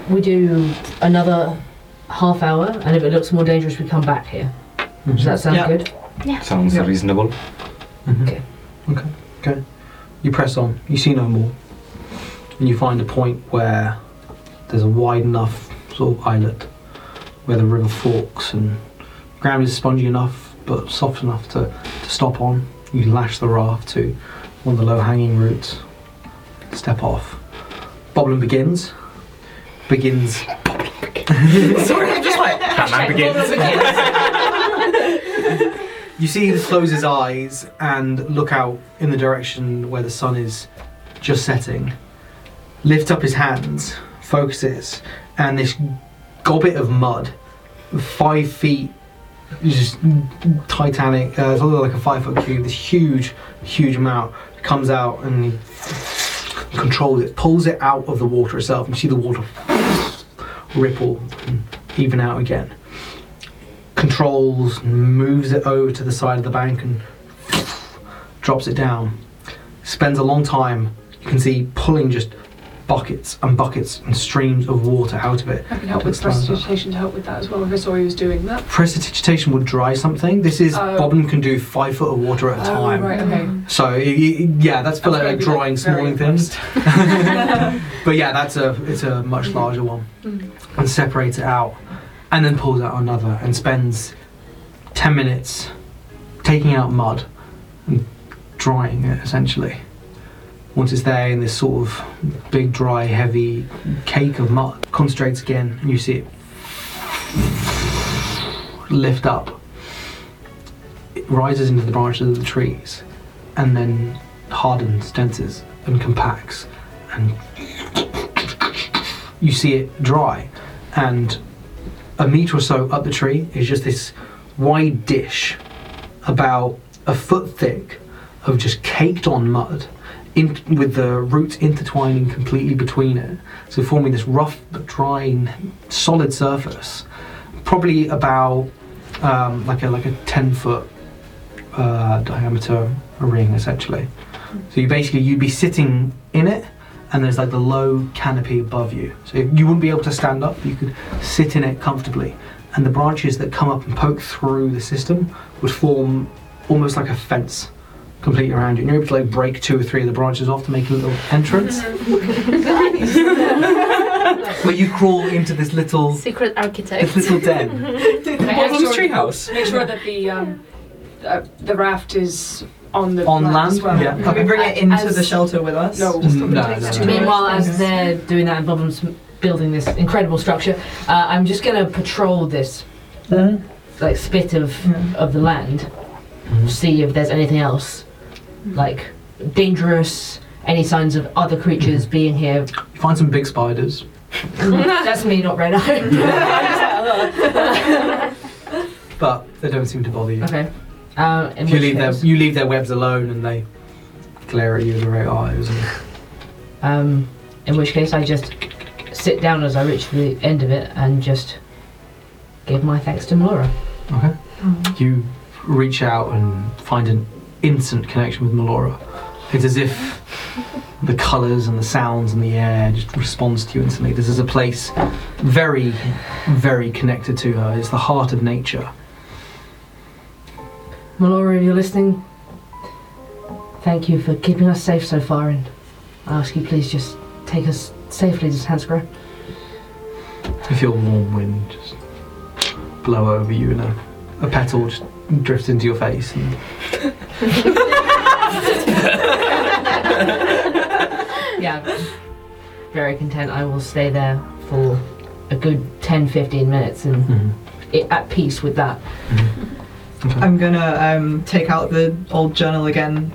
F: We do another half hour, and if it looks more dangerous, we come back here.
A: Mm-hmm.
F: Does that sound
E: Yeah.
F: good?
K: Sounds
A: Yeah.
K: reasonable.
F: Okay.
A: Mm-hmm. Okay. Okay. You press on. You see no more, and you find a point where there's a wide enough sort of islet where the river forks, and ground is spongy enough but soft enough to, to stop on. You lash the raft to one of the low hanging roots. Step off. Boblin begins. Begins.
E: Sorry, I'm just like.
C: Batman begins.
A: You see him close his eyes and look out in the direction where the sun is just setting. Lift up his hands, focuses, and this gobbet of mud, five feet, just titanic, uh, it's like a five foot cube, this huge, huge amount comes out and he controls it, pulls it out of the water itself. And you see the water ripple and even out again controls, moves it over to the side of the bank and drops it down. Spends a long time, you can see, pulling just buckets and buckets and streams of water out of it.
D: I can help with prestidigitation to help with that as well. If I saw you was doing that.
A: Prestidigitation would dry something. This is,
D: Oh.
A: Bobbin can do five foot of water at a
D: Oh,
A: time.
D: right, okay.
A: So, y- y- yeah, that's for like,
D: That's gonna be, like,
A: drawing
D: very
A: smalling things. but yeah, that's a it's a much
D: Mm-hmm.
A: larger one. And separates it out, and then pulls out another, and spends ten minutes taking out mud and drying it essentially. Once it's there in this sort of big, dry, heavy cake of mud, concentrates again, and you see it lift up. It rises into the branches of the trees and then hardens, denses, and compacts. And you see it dry. And a metre or so up the tree is just this wide dish, about a foot thick, of just caked on mud. In, with the roots intertwining completely between it, so forming this rough but dry, n- solid surface, probably about um, like a like a ten foot uh, diameter ring essentially. So you basically you'd be sitting in it, and there's like the low canopy above you. So you wouldn't be able to stand up. You could sit in it comfortably, and the branches that come up and poke through the system would form almost like a fence completely around you. And you're able to like break two or three of the branches off to make a little entrance.
F: Mm-hmm.
A: Where you crawl into this little
B: Secret architect.
A: this little den.
D: Bottom's
A: treehouse.
D: Make sure that the um, uh, the raft is on the
A: On
D: raft
A: land?
D: As well.
A: Yeah.
E: Can we bring it into
D: As-
E: the shelter with us?
A: No,
D: No.
A: Mm, no, no.
F: Meanwhile, as they're doing that, and Bobham's building this incredible structure. Uh, I'm just going to patrol this like spit of of the land,
A: Mm-hmm.
F: see if there's anything else, like dangerous, any signs of other creatures
A: Mm-hmm.
F: being here.
A: You find some big spiders.
F: That's me, not red eye.
A: but they don't seem to bother you.
F: okay. Um, in
A: You
F: which
A: leave their
F: case-
A: you leave their webs alone, and they glare at you in the right eyes. And
F: Um, in which case, I just sit down as I reach for the end of it and just give my thanks to Melora.
A: Okay.
D: Oh.
A: You reach out and find an instant connection with Melora. It's as if the colours and the sounds and the air just responds to you instantly. This is a place very, very connected to her. It's the heart of nature.
F: Melora, if you're listening, thank you for keeping us safe so far, and I ask you please just take us safely to Sanskrit.
A: You feel warm wind just blow over you, and a, a petal just drifts into your face. And
F: Yeah, very content. I will stay there for a good 10 15 minutes and it, at peace with that.
E: I'm gonna um, take out the old journal again,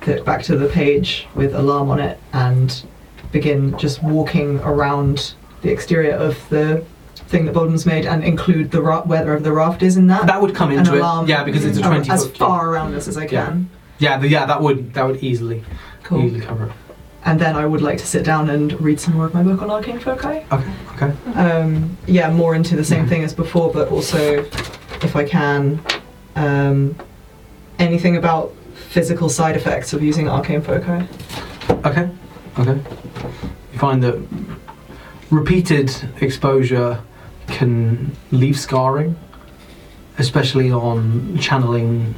E: flip back to the page with alarm on it, and begin just walking around the exterior of the thing that Bolden's made and include the ra- whether of the raft is in that.
A: That would come
E: An
A: into it,
E: alarm
A: yeah, because it's a
E: ar-
A: 20
E: Oh, As
A: foot, yeah.
E: far around this as I
A: Yeah.
E: can.
A: yeah, the, yeah, that would that would easily,
E: Cool.
A: easily cover it.
E: And then I would like to sit down and read some more of my book on arcane foci.
A: Okay, okay.
E: um, yeah, more into the same thing as before, but also, if I can, um, anything about physical side effects of using arcane foci.
A: Okay, okay. You find that repeated exposure can leave scarring, especially on channeling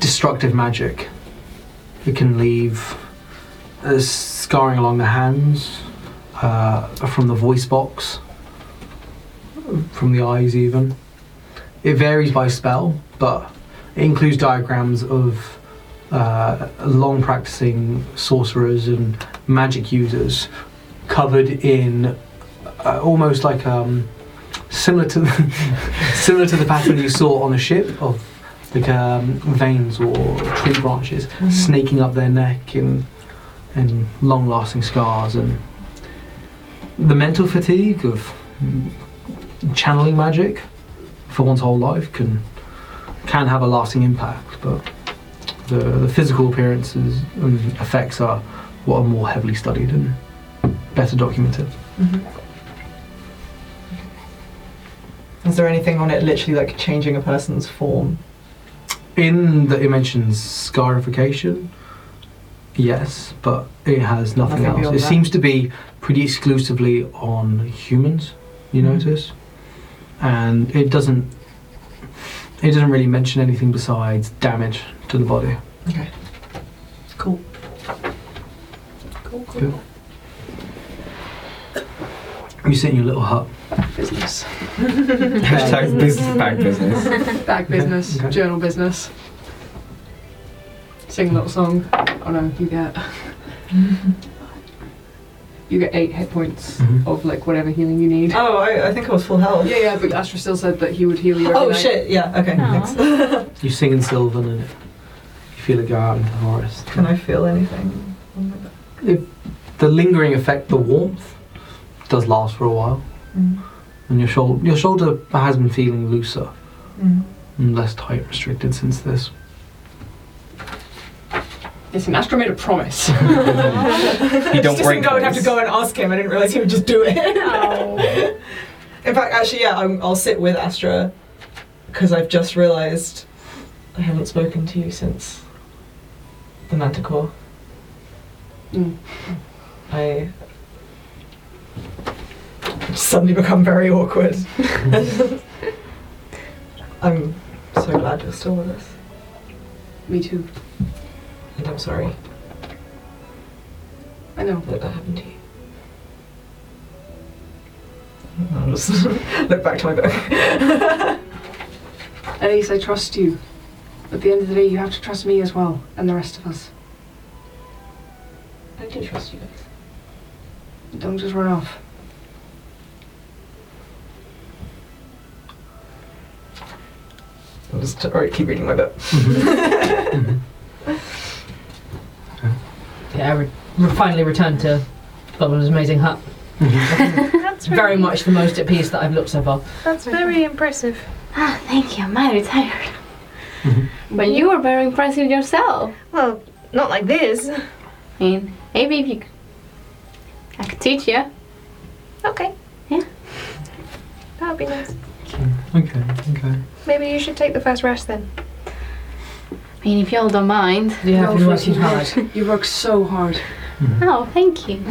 A: destructive magic. It can leave uh, scarring along the hands, uh, from the voice box, from the eyes, even. It varies by spell, but it includes diagrams of uh, long practicing sorcerers and magic users covered in uh, almost like um, similar to similar to the pattern you saw on a ship of like um, veins or tree branches
E: Mhm.
A: Mm-hmm.
C: Mm-hmm.
A: snaking up their neck and and long-lasting scars and the mental fatigue of mm, channeling magic for one's whole life can can have a lasting impact, but the, the physical appearances and effects are what are more heavily studied and better documented.
E: Is there anything on it literally like changing a person's form?
A: In the it mentions scarification, yes, but it has nothing,
E: Nothing
A: else.
E: beyond
A: It
E: that.
A: seems to be pretty exclusively on humans. You
E: Mhm.
A: notice, and it doesn't. It doesn't really mention anything besides damage to the body.
E: Okay. Cool. Cool, cool.
A: Good. You sit in your little hut.
E: Business.
C: Hashtag business back business.
D: Bag business,
A: okay.
D: journal business. Sing a little song. Oh no, you get. You get eight hit points
A: Mhm.
D: of like whatever healing you need.
E: Oh, I, I think I was full health.
D: Yeah, yeah, but Astra still said that he would heal you. Every
E: Oh
D: night.
E: shit, yeah, okay,
C: Oh.
B: Aw.
E: thanks.
A: You sing in Sylvan and you feel it go out into the forest.
E: Can I feel anything? on my back?
A: The lingering effect, the warmth, does last for a while.
E: Mm.
A: And your shoulder, your shoulder has been feeling looser
E: Mm.
A: and less tight, restricted since this.
D: Listen, Astra made a promise.
C: You
E: Just
C: don't break.
E: think I would have to
C: those.
E: go and ask him. I didn't realize he would just do it.
B: Oh.
E: In fact, actually, yeah, I'm, I'll sit with Astra because I've just realised I haven't spoken to you since the Manticore.
D: Mm.
E: I suddenly become very awkward. I'm so glad you're still with us,
D: Me too.
E: and I'm sorry
D: I know.
E: that that happened to you. I'll just look back to my book.
D: At least I trust you. At the end of the day, you have to trust me as well, and the rest of us.
E: I do trust you guys.
D: Don't just run off.
E: I'll just alright, keep reading my book.
F: Yeah, I re- re- finally returned to Bubbles' amazing hut.
I: That's really,
F: Very much the most at peace that I've looked so far.
I: That's very impressive.
B: Ah, thank you. I'm mighty tired. but you were very impressive yourself.
I: Well, not like this.
B: I mean, maybe if you, c- I could teach you.
I: Okay.
B: Yeah.
I: That would be nice.
A: Okay, okay.
I: Maybe you should take the first rest then.
B: I mean, if y'all don't mind.
F: You have been
D: No,
F: working
D: freaking
F: hard.
D: You work so hard.
A: Mm-hmm.
B: Oh, thank you.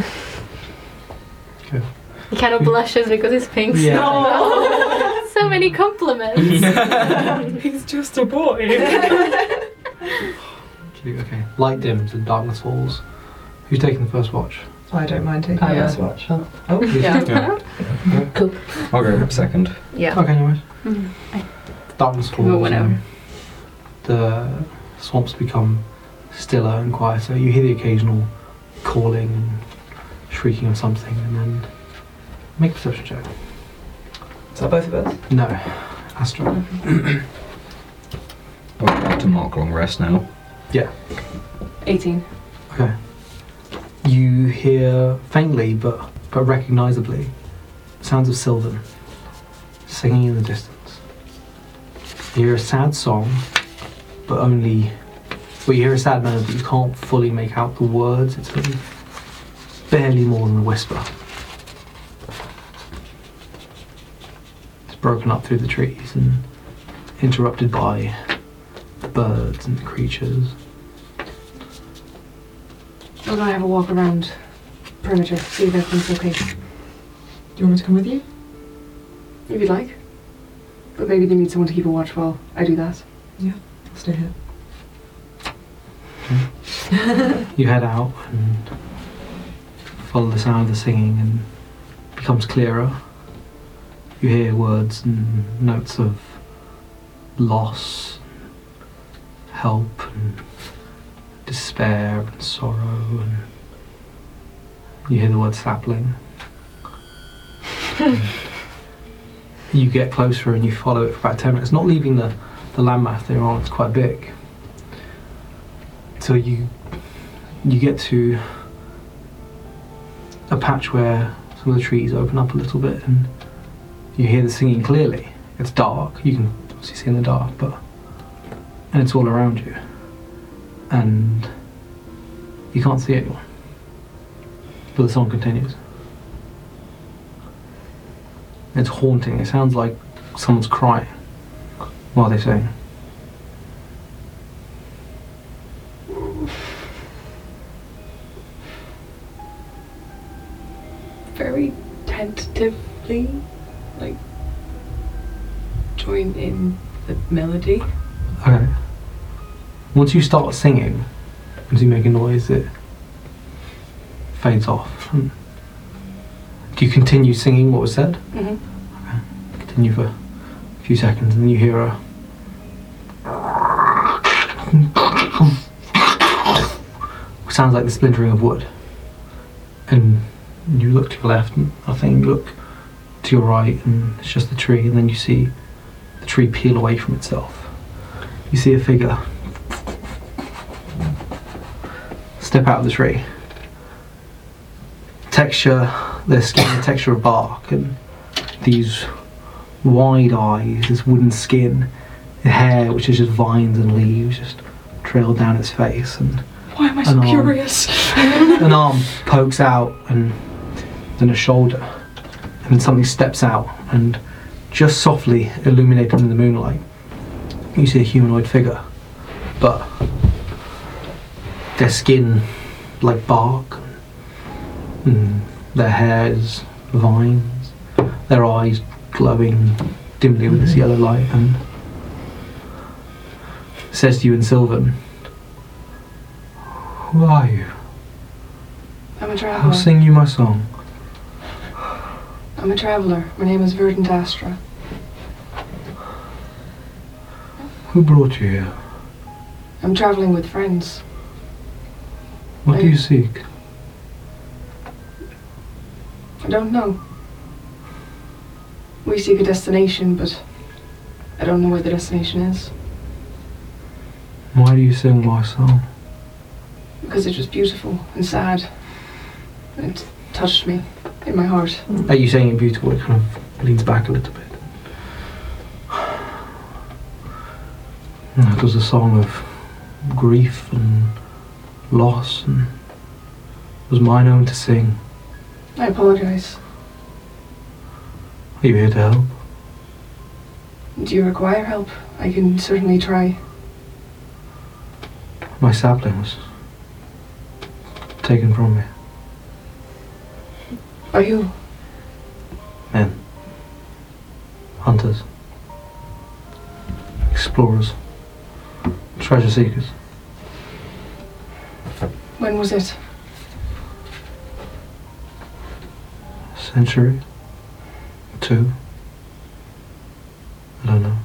A: Okay.
B: He kind of blushes because he's pink.
A: Yeah.
B: so many compliments.
E: He's just a boy.
A: Cute, okay. Light dims and darkness falls. Who's taking the first watch?
E: I don't mind taking
F: I,
E: a
F: uh,
E: nice watch.
F: oh.
E: Oh,
D: Yeah.
C: I'll go second.
I: Yeah.
A: Okay, anyways.
B: Mm.
A: Darkness falls.
B: Well, whatever.
A: and The swamps become stiller and quieter. You hear the occasional calling and shrieking of something, and then make a perception check.
E: Is that both of us?
A: No, Astra.
C: I'll have to mark long rest now.
D: 18.
A: Okay. You hear faintly, but but recognisably, sounds of Sylvan singing in the distance. You hear a sad song, but only. Well, you hear a sad melody, but you can't fully make out the words. It's only barely more than a whisper. It's broken up through the trees and interrupted by the birds and the creatures.
D: We're gonna have a walk around perimeter, see if everything's okay.
E: Do you want me to come with you?
D: If you'd like. But maybe they need someone to keep a watch while I do that.
E: I'll stay here.
A: You head out and follow the sound of the singing and it becomes clearer. You hear words and notes of loss, help and despair and sorrow and you hear the word sapling. you get closer and you follow it for about ten minutes, not leaving the, the landmass they're on is quite big. So you you get to a patch where some of the trees open up a little bit and you hear the singing clearly. It's dark, you can obviously see in the dark, but and it's all around you. And you can't see anyone. But the song continues. It's haunting. It sounds like someone's crying while they sing.
D: very tentatively, like, join in the melody.
A: Okay. Once you start singing, once you make a noise, it fades off. And do you continue singing what was said?
D: Mm-hmm.
A: Continue for a few seconds, and then you hear a. Sounds like the splintering of wood. And you look to your left, and I think you look to your right, and it's just the tree, and then you see the tree peel away from itself. You see a figure step out of the tree. Texture, their skin, the texture of bark, and these wide eyes, this wooden skin, the hair, which is just vines and leaves, just trail down its face, and
D: Why am I so
A: An arm.
D: curious?
A: an arm pokes out and then a shoulder and then something steps out and just softly illuminated in the moonlight you see a humanoid figure but their skin like bark and their hair is vines their eyes glowing dimly with this yellow light and says to you in Sylvan who are you
D: I'm a
A: I'll
D: traveler.
A: sing you my song
D: I'm a traveler. My name is Verdant Astra.
A: Who brought you here?
D: I'm traveling with friends.
A: What do you seek?
D: I don't know. We seek a destination, but I don't know where the destination is
A: Why do you sing my song?
D: because it was beautiful and sad. It touched me in my heart.
A: Are you saying it beautiful? It kind of leans back a little bit. That was a song of grief and loss, and it was mine own to sing.
D: I apologize.
A: Are you here to help?
D: Do you require help? I can certainly try.
A: My sapling was taken from me.
D: By who?
A: Men. Hunters. Explorers. Treasure seekers.
D: When was it?
A: Century? Two? I don't know.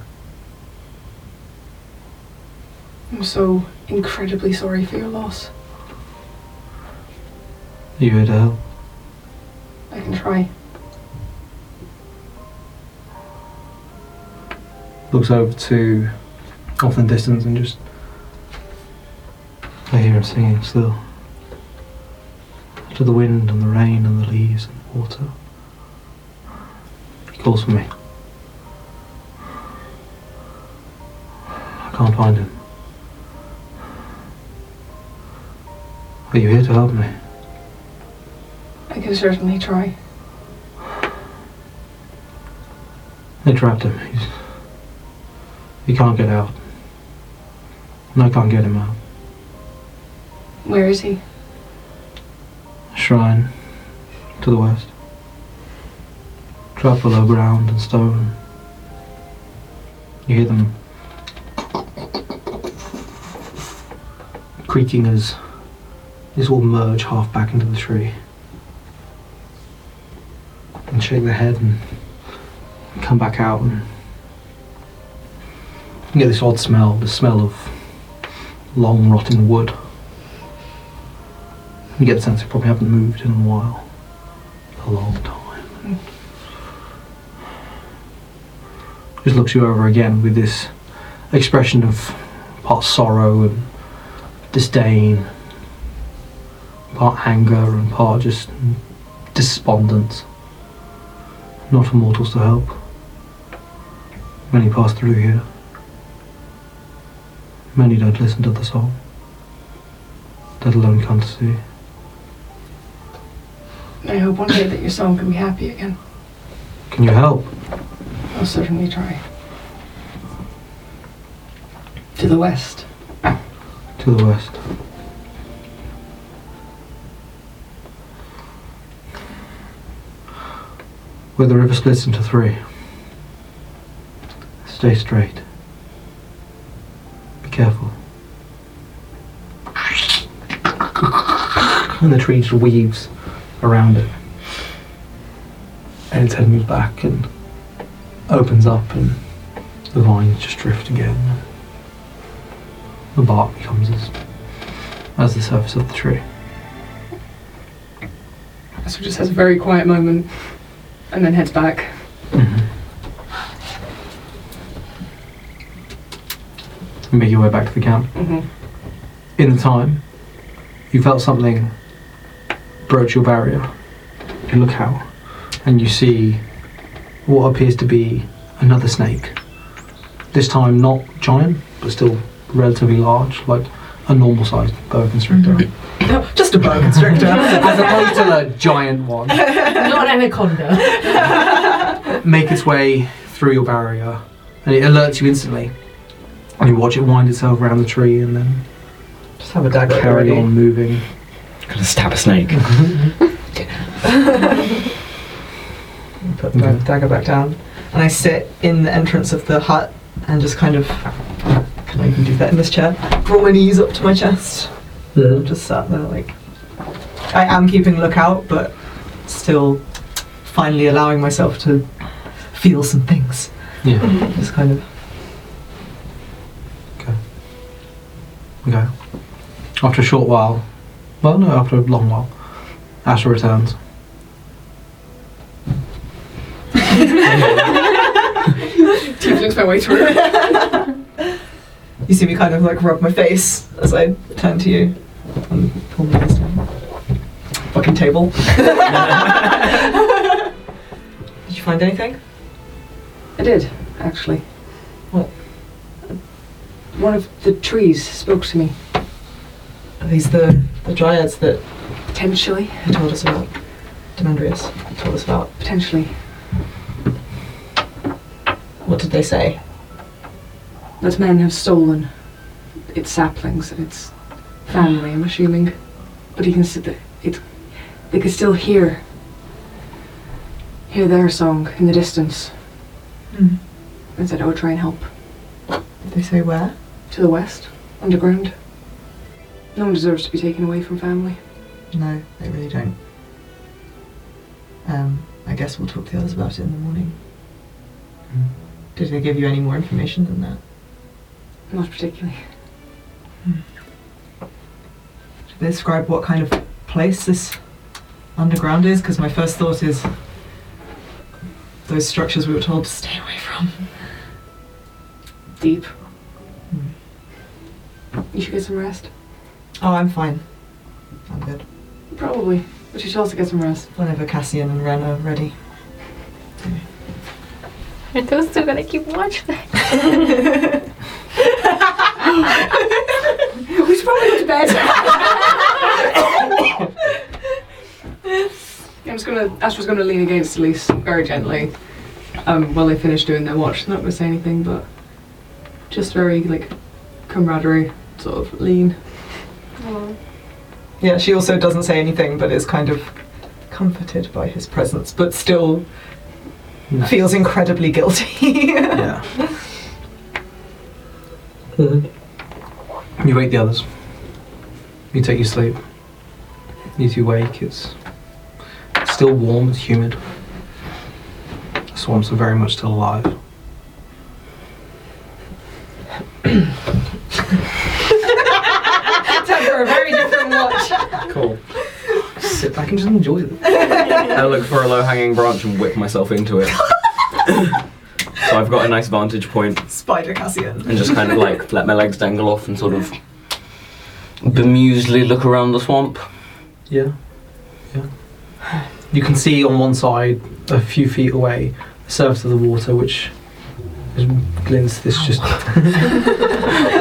D: I'm so incredibly sorry for your loss.
A: Are you here to help?
D: I can try.
A: looks over to off in the distance and just I hear him singing still. To the wind and the rain and the leaves and the water. He calls for me. I can't find him. Are you here to help me?
D: I can certainly try.
A: They trapped him. He's, he can't get out. And I can't get him out.
D: Where is he?
A: shrine to the west. Trapped below ground and stone. You hear them creaking as they all merge half back into the tree and shake their head and come back out and you get this odd smell, the smell of long rotten wood. You get the sense they probably haven't moved in a while. A long time. Just looks you over again with this expression of part sorrow and disdain, part anger and part just despondence. Not immortals to help. Many pass through here. Many don't listen to the song, let alone come to see.
D: I hope one day that your song can be happy again.
A: Can you help?
D: I'll certainly try. To the west.
A: To the west. Where the river splits into three. Stay straight. Be careful. And the tree just weaves around it. And its head moves back and opens up, and the vines just drift again. The bark becomes as, as the surface of the tree.
D: So just has a very quiet moment and then heads back.
A: You make your way back to the camp.
D: Mhm.
A: In the time, you felt something broach your barrier. You look out, and you see what appears to be another snake. This time, not giant, but still relatively large, like a normal sized boa constrictor.
E: Just a boa constrictor.
A: As opposed to the giant one.
F: Not an anaconda.
A: make its way through your barrier, and it alerts you instantly. And you watch it wind itself around the tree, and then
E: Just have a dagger. at the
A: carry
E: ready.
A: on moving.
C: Gonna stab a snake.
E: Put the
A: Okay.
E: dagger back down. And I sit in the entrance of the hut and just kind of. Can I even do that in this chair? Brought my knees up to my chest. I'm just sat there like. I am keeping lookout, but still finally allowing myself to feel some things.
A: Yeah.
E: Just kind of.
A: Okay. After a short while, well, no, after a long while, Asher returns.
D: Tiefling's my way through.
E: You see me kind of like rub my face as I turn to you and pull my knees down. Fucking table. Did you find anything?
D: I did, actually.
E: What?
D: One of the trees spoke to me,
E: Are these the, the dryads that
D: potentially.
E: he told us about? Demandrius told us about.
D: Potentially.
E: What did they say?
D: That men have stolen its saplings and its family, I'm assuming. But you can see that it, they can still hear, hear their song in the distance.
E: Mm.
D: And said I would try and help.
E: Did they say where?
D: To the west, underground. No one deserves to be taken away from family.
E: No, they really don't. Um, I guess we'll talk to the others about it in the morning. Did they give you any more information than that?
D: Not particularly.
E: Did they describe what kind of place this underground is? Because my first thought is those structures we were told to stay away from.
D: Deep. You should get some rest.
E: Oh, I'm fine. I'm good.
D: Probably. But you should also get some rest.
E: Whenever Cassian and Ren are ready.
B: Are those two gonna keep watching?
D: We should probably go to bed. I'm just gonna. Ash was gonna lean against Elise very gently, um, while they finish doing their watch. Not gonna say anything, but just very like camaraderie sort of lean.
E: Yeah, she also doesn't say anything, but is kind of comforted by his presence, but still
A: No.
E: feels incredibly guilty.
A: Yeah. You wake the others. You take your sleep. You two wake. It's it's still warm. It's humid. The swamps are very much still alive.
E: Time for a very different watch.
C: Cool.
A: Sit back and just enjoy it.
C: Oh, I look for a low hanging branch and whip myself into it. So I've got a nice vantage point
L: Spider Cassian.
C: and just kind of like let my legs dangle off and sort of bemusedly look around the swamp.
A: Yeah. Yeah. You can see on one side, a few feet away, the surface of the water, which is- glints this just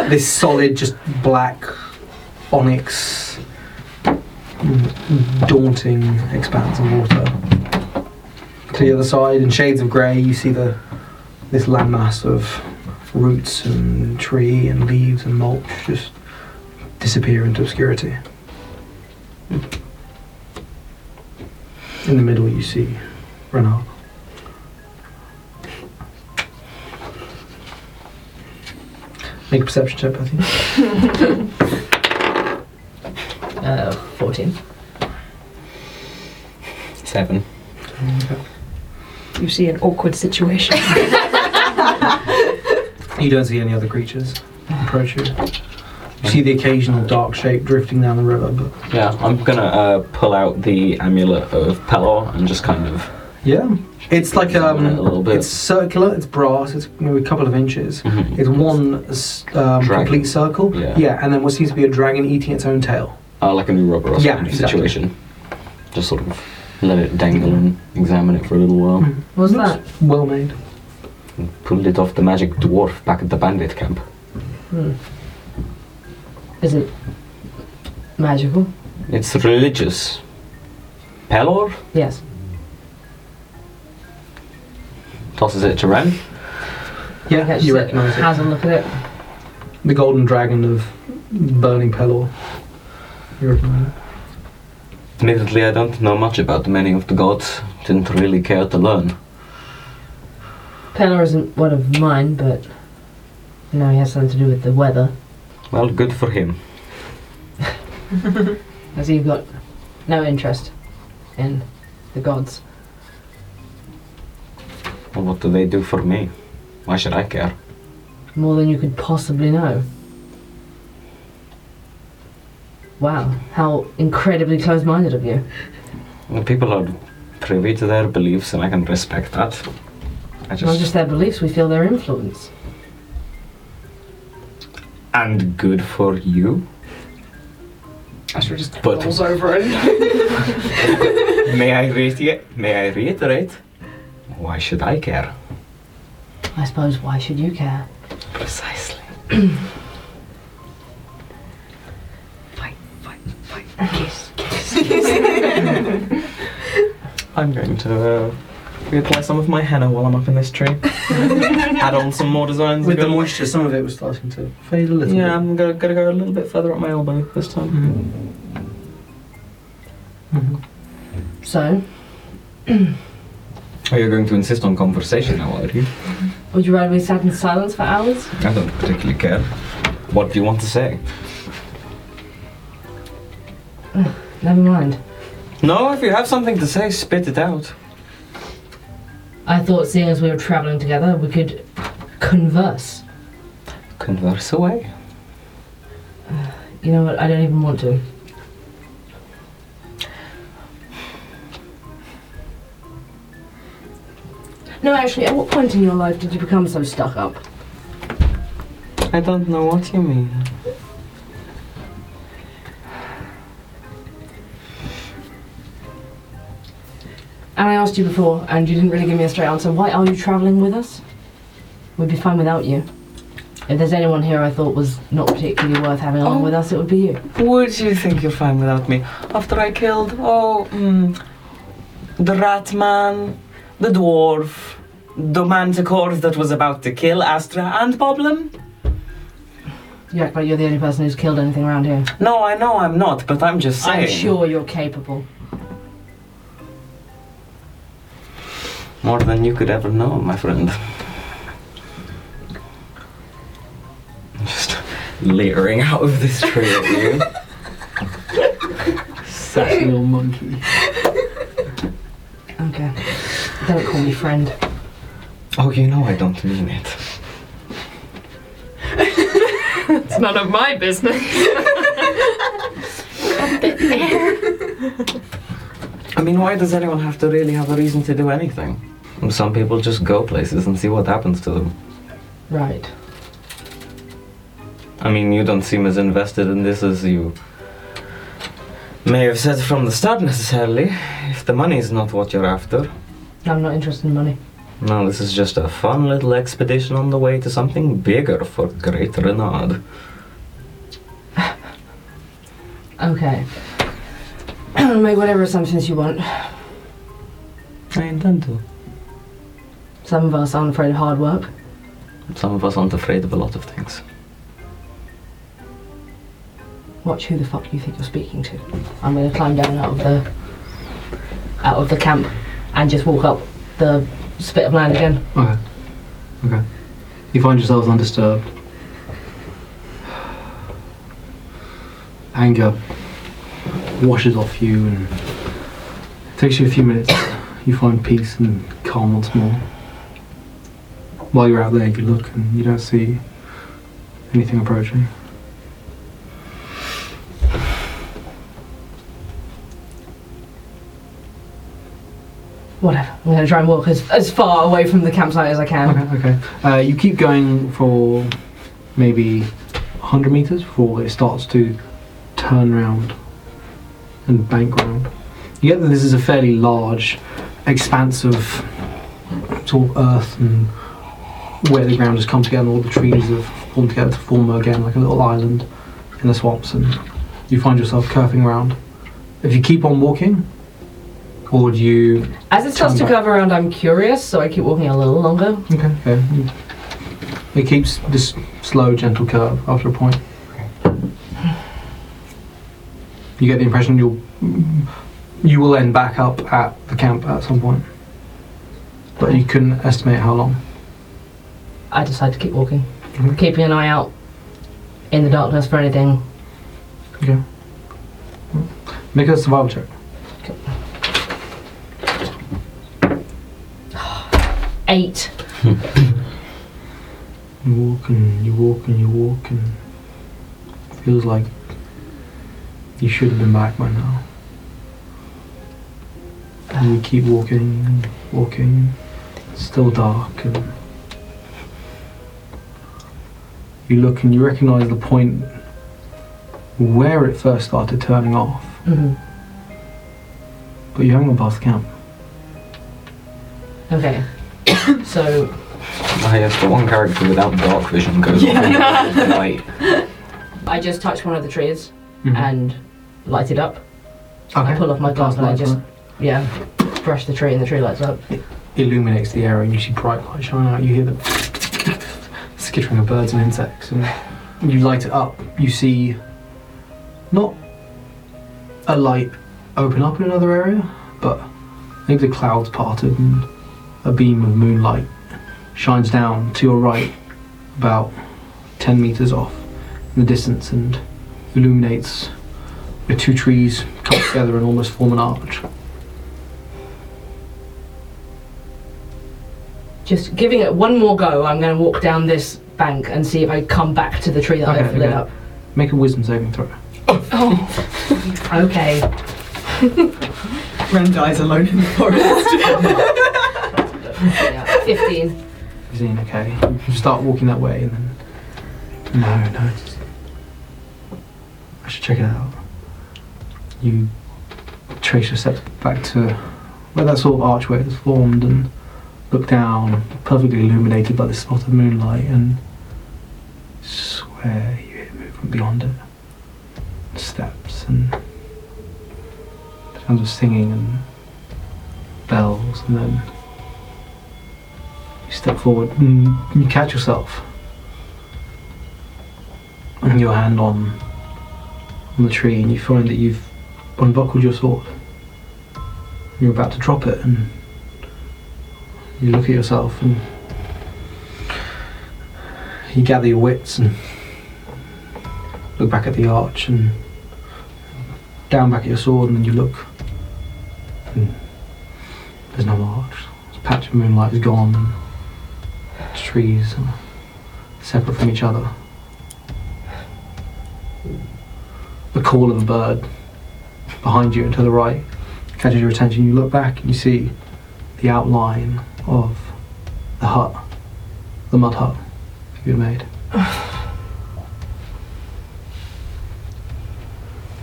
A: this solid, just black onyx, daunting expanse of water. To the other side, in shades of grey, you see the this landmass of roots and tree and leaves and mulch just disappear into obscurity. In the middle, you see Renard. Make a perception check, I think.
F: Uh, 14.
C: Seven.
M: You see an awkward situation.
A: You don't see any other creatures approach you. You see the occasional dark shape drifting down the river, but
C: Yeah, I'm gonna uh, pull out the amulet of Pelor and just kind of.
A: yeah, it's like um,
C: A little bit.
A: it's circular, it's brass, it's maybe a couple of inches.
C: Mhm.
A: It's one s- um,
C: Dragon.
A: complete circle.
C: Yeah.
A: and then what seems to be a dragon eating its own tail.
C: Uh, like a new rubber or
A: Yeah,
C: something
A: exactly.
C: situation. Just sort of let it dangle and examine it for a little while.
A: Mm-hmm.
F: What's that?
A: Well made.
C: Pulled it off the magic dwarf back at the bandit camp.
F: Hmm. Is it magical?
C: It's religious. Pelor
F: Yes.
C: tosses it to Ren.
A: Yeah,
F: Catches
A: you
F: it,
A: recognise it.
F: Has a look at it.
A: The golden dragon of burning Pelor. You recognise it?
C: Admittedly, I don't know much about many of the gods. Didn't really care to learn.
F: Pelor isn't one of mine, but you know he has something to do with the weather.
C: Well, good for him.
F: As you've got no interest in the gods.
C: Well, what do they do for me? Why should I care?
F: More than you could possibly know. Wow, how incredibly close minded of you.
C: Well, people are privy to their beliefs, and I can respect that. I
F: Not
C: just
F: just their beliefs, we feel their influence.
C: and good for you.
D: Astro just
C: But-
D: rolls over and
C: May I reiterate? May I reiterate? Why should I care?
F: I suppose, why should you care?
C: Precisely.
E: I'm going to uh, reapply some of my henna while I'm up in this tree. Add on some more designs.
A: With the
E: Go-
A: moisture, some of it was starting to fade a little.
E: Yeah,
A: Bit.
E: I'm gonna, gonna go a little bit further up my elbow this time.
F: So,
C: Oh, you're going to insist on conversation now, are you?
F: would you rather be sat in silence for hours?
C: I don't particularly care. What do you want to say?
F: Never mind.
C: No, if you have something to say, spit it out.
F: I thought, seeing as we were traveling together, we could converse.
C: Converse away.
F: You know what? I don't even want to. No, actually, at what point in your life did you become so stuck up?
E: I don't know what you mean.
F: And I asked you before, and you didn't really give me a straight answer. Why are you traveling with us? We'd be fine without you. If there's anyone here I thought was not particularly worth having along
E: Oh.
F: with us, it would be you.
E: Would you think you're fine without me? After I killed, oh, mm, the rat man, the dwarf, the manticore that was about to kill Astra and Problem?
F: You act like you're the only person who's killed anything around here.
E: No, I know I'm not, but I'm just saying.
F: I'm sure you're capable.
C: More than you could ever know, my friend. Just leering out of this tree at you.
A: Such a little monkey.
F: Okay. Don't call me friend.
C: Oh, you know I don't mean it.
N: It's none of my business.
E: I mean, why does anyone have to really have a reason to do anything?
J: Some people just go places and see what happens to them.
F: Right.
J: I mean, you don't seem as invested in this as you may have said from the start necessarily. If the money is not what you're after,
F: I'm not interested in money.
J: no, this is just a fun little expedition on the way to something bigger for Great Renard.
F: Okay. Make whatever assumptions you want.
J: I intend to.
F: Some of us aren't afraid of hard work.
J: Some of us aren't afraid of a lot of things.
F: Watch who the fuck you think you're speaking to. I'm gonna climb down out of the out of the camp and just walk up the spit of land again.
A: Okay. Okay. You find yourselves undisturbed. Anger washes off you and takes you a few minutes. You find peace and calm once more. While you're out there, you look and you don't see anything approaching.
F: Whatever. I'm gonna try and walk as, as far away from the campsite as I can.
A: Okay, okay. Uh, you keep going for maybe 100 meters before it starts to turn round and bank round. You get that this is a fairly large expanse of sort of earth and where the ground has come together and all the trees have formed together to form again like a little island in the swamps and you find yourself curving round. If you keep on walking, or do you
F: As it starts to
A: turn back?
F: curve around, I'm curious, so I keep walking a little longer.
A: Okay, okay. Um, It keeps this slow, gentle curve after a point. You get the impression you'll you will end back up at the camp at some point, but you couldn't estimate how long.
F: I decide to keep walking, keeping an eye out in the darkness for anything.
A: Okay. Make a survival check.
F: Eight.
A: You walk and you walk and you walk and feels like you should have been back by now. And you keep walking and walking. It's still dark and you look and you recognise the point where it first started turning off,
F: hmm
A: but you haven't gone past the camp.
F: Okay. so
C: Ah, yes, the one character without dark vision goes off in the light.
F: I just touched one of the trees Mm-hmm.
A: Mm-hmm.
F: and light it up. I pull off my
A: Pass
F: glass and I
A: lights
F: just
A: on.
F: yeah brush the tree and the tree lights up.
A: illuminates the area and you see bright light shine out. You hear the skittering of birds and insects, and you light it up. You see not a light open up in another area, but maybe the clouds parted and a beam of moonlight shines down to your right, about 10 meters off in the distance, and illuminates the two trees come together and almost form an arch.
F: Just giving it one more go. I'm going to walk down this bank and see if I come back to the tree that I've
A: Okay,
F: lit
A: okay.
F: up.
A: Make a wisdom saving throw.
F: Okay.
E: Ren dies alone in the forest.
F: Yeah, Fifteen.
A: He's in, okay. You start walking that way and then. No, no. it's- I should check it out. You trace your steps back to where that sort of archway was formed and look down, perfectly illuminated by this spot of moonlight, and swear you hear movement beyond it. Steps and sounds of singing and bells, and then you step forward and you catch yourself. And your hand on on the tree and you find that you've unbuckled your sword. You're about to drop it and you look at yourself and you gather your wits and look back at the arch and down back at your sword and then you look and there's no arch. The patch of moonlight is gone and trees are separate from each other. The call of a bird behind you and to the right catches your attention. You look back and you see the outline of the hut, the mud hut you'd made.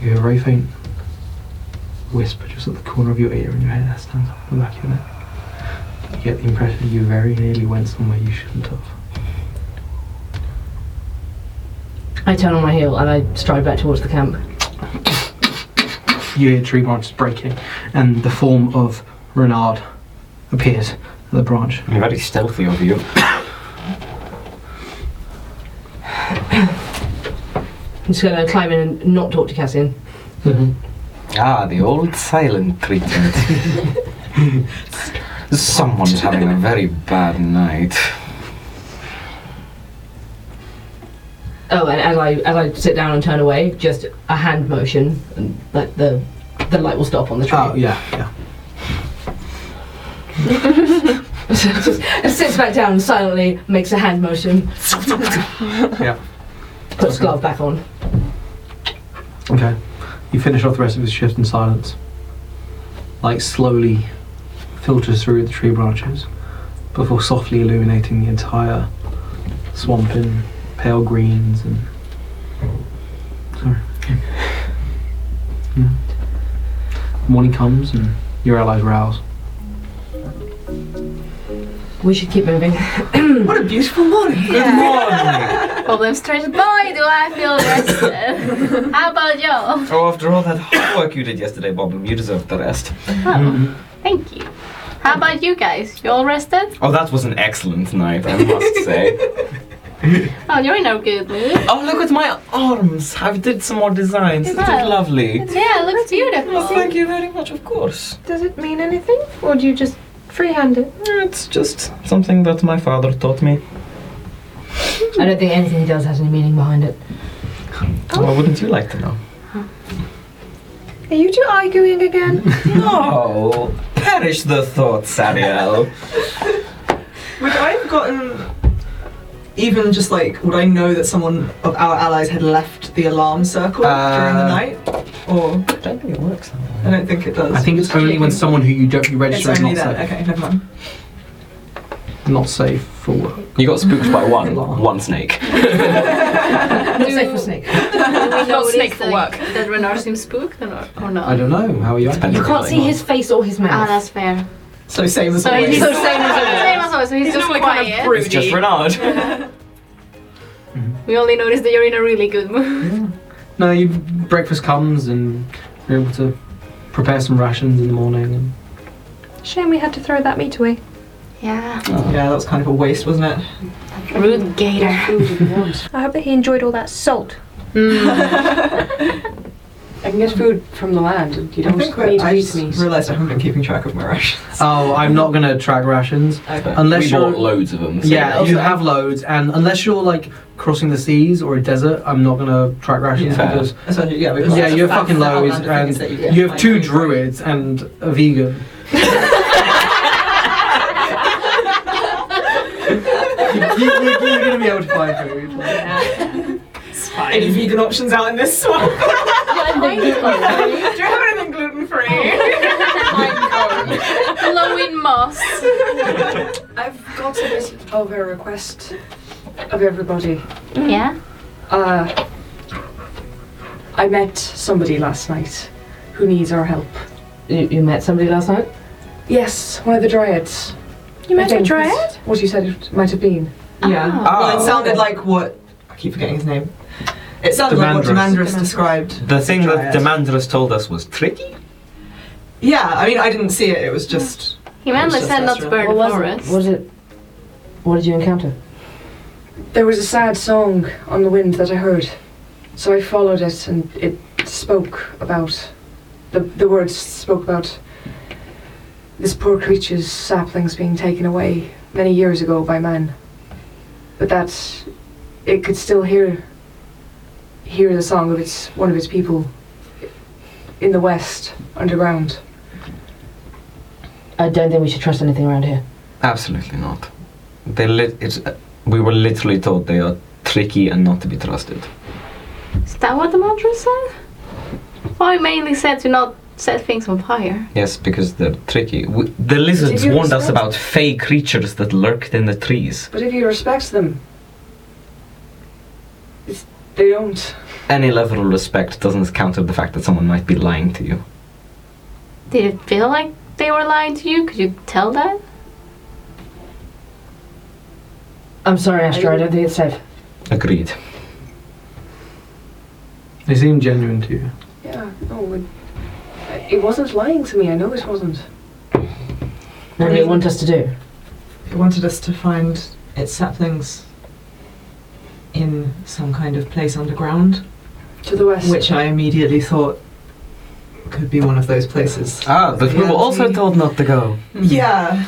A: You hear a very faint whisper just at the corner of your ear and your hair stands up in the back of your neck. You get the impression you very nearly went somewhere you shouldn't have.
F: I turn on my heel and I stride back towards the camp.
A: You hear tree branches breaking and the form of Renard appears at the branch.
K: Very stealthy of you.
F: I'm just going to climb in and not talk to Cassian.
K: Ah, the old silent treatment. Someone's having a very bad night.
F: Oh, and as I as I sit down and turn away, just a hand motion, and like the the light will stop on the tree.
A: Oh yeah, yeah.
F: just sits back down silently, makes a hand motion.
A: Yeah.
F: Puts glove back on.
A: Okay. You finish off the rest of his shift in silence. Light slowly filters through the tree branches before softly illuminating the entire swamp in pale greens and. Sorry. Yeah. Yeah. Morning comes and your allies rouse.
F: We should keep moving.
E: what a beautiful morning.
K: Good morning.
B: Well, I'm stressed. Boy, do I feel rested. How about you?
K: Oh, after all that hard work you did yesterday, Boblin, you deserve the rest.
B: Oh, thank you. How about you guys? You all rested?
K: Oh, that was an excellent night, I must say.
B: Oh, you're in a good mood.
J: Oh, look at my arms. I did some more designs. Isn't
B: Yeah.
J: it lovely? Of
B: Yeah, it looks beautiful.
J: Oh, thank you very much. Of course.
I: Does it mean anything? Or do you just freehand it?
J: It's just something that my father taught me.
F: I don't think anything he does has any meaning behind it.
J: Why wouldn't you like to know?
I: Are you two arguing again?
K: No! Oh, Perish the thought, Sariel.
E: Would I have gotten even just like would I know that someone of our allies had left the alarm circle during the
K: Uh,
E: night? Or
J: I don't think it works. that way.
E: I don't think it does.
A: I think it's only when someone who you don't you
E: it's
A: register is
E: only
A: not
E: that.
A: safe.
E: Okay, never mind.
A: Not safe for work.
K: You got spooked by one, one snake.
F: Not safe for snake.
B: Do we
G: Not snake
B: notice
G: for
B: that-
G: work.
B: That Renard seems spooked or, or not?
A: I don't know. How are you?
K: Depends
F: You
K: on
F: can't
K: what's
F: see
K: going on.
F: his face or his
B: Ah,
F: mouth.
B: that's fair.
E: So same as
B: So
E: always.
B: he's
F: So same as always.
B: Same as always. So he's,
G: He's
B: just
G: normally
B: quiet.
G: kind of broody.
K: It's just Renard.
B: We only noticed that you're in a really good mood.
A: No, you, breakfast comes and you're able to prepare some rations in the morning. And
I: Shame we had to throw that meat away.
B: Yeah.
E: Yeah, that was kind of a waste, wasn't it?
B: Rude gator.
I: I hope that he enjoyed all that salt.
D: I can get food from the land. and You
E: I
D: don't
E: think
D: need
E: I
D: to
E: just
D: feed me.
E: realised I haven't been keeping track of my rations.
A: Oh, I'm not gonna track rations unless
K: we
A: you're.
K: bought loads of them. so-
A: yeah, you have loads, and unless you're like crossing the seas or a desert, I'm not gonna track rations
K: Yeah.
A: because
E: That's what- yeah, because
A: yeah,
E: that's
A: you're
E: the fact
A: fucking
E: that
A: loads,
E: Outlander thing
A: and
E: is that
A: you have two druids and a vegan. you, are gonna be able to find food.
E: Any vegan options out in this swamp? Do you have anything gluten free?
B: Low in moss.
D: I've got a bit of a request of everybody.
B: Yeah.
D: Uh, I met somebody last night who needs our help.
F: You, you met somebody last night?
D: Yes, one of the dryads.
I: You met
D: I
I: a
D: think
I: dryad?
D: is What you said it might have been.
B: Yeah.
E: Oh. Well, it
K: Ah,
E: sounded like what I keep forgetting his name. It sounded like what
A: Demandrus.
E: Demandrus described.
K: the thing that
E: Dryad.
K: Demandrus told us was tricky.
E: Yeah, I mean, I didn't see it. It was just
B: He mainly
E: It's just
B: said not to
E: us,
B: burn
F: What was
B: forests.
F: it? What, is it? what did you encounter?
D: There was a sad song on the wind that I heard, so I followed it, and it spoke about the the words spoke about this poor creature's saplings being taken away many years ago by man. But that it could still hear hear the song of its one of its people in the west underground.
F: I don't think we should trust anything around here.
K: Absolutely not. They lit. It's. uh, we were literally told they are tricky and not to be trusted.
B: Is that what the mantra said? Well, he mainly said to not set things on fire.
K: Yes, because they're tricky. W the lizards
D: you
K: warned us
D: respect-
K: about fey creatures that lurked in the trees.
D: But if you respect them, it's, they don't.
K: Any level of respect doesn't counter the fact that someone might be lying to you.
B: Did it feel like they were lying to you? Could you tell that?
F: I'm sorry, Astro. I don't think it's safe.
K: Agreed.
A: They seem genuine to you.
D: Yeah, no, it, it wasn't lying to me. I know it wasn't.
F: What do they want us to do?
E: It wanted us to find its saplings in some kind of place underground,
D: To the west.
E: which I immediately thought could be one of those places. Hmm.
J: Ah, but we were also told not to go.
E: Yeah.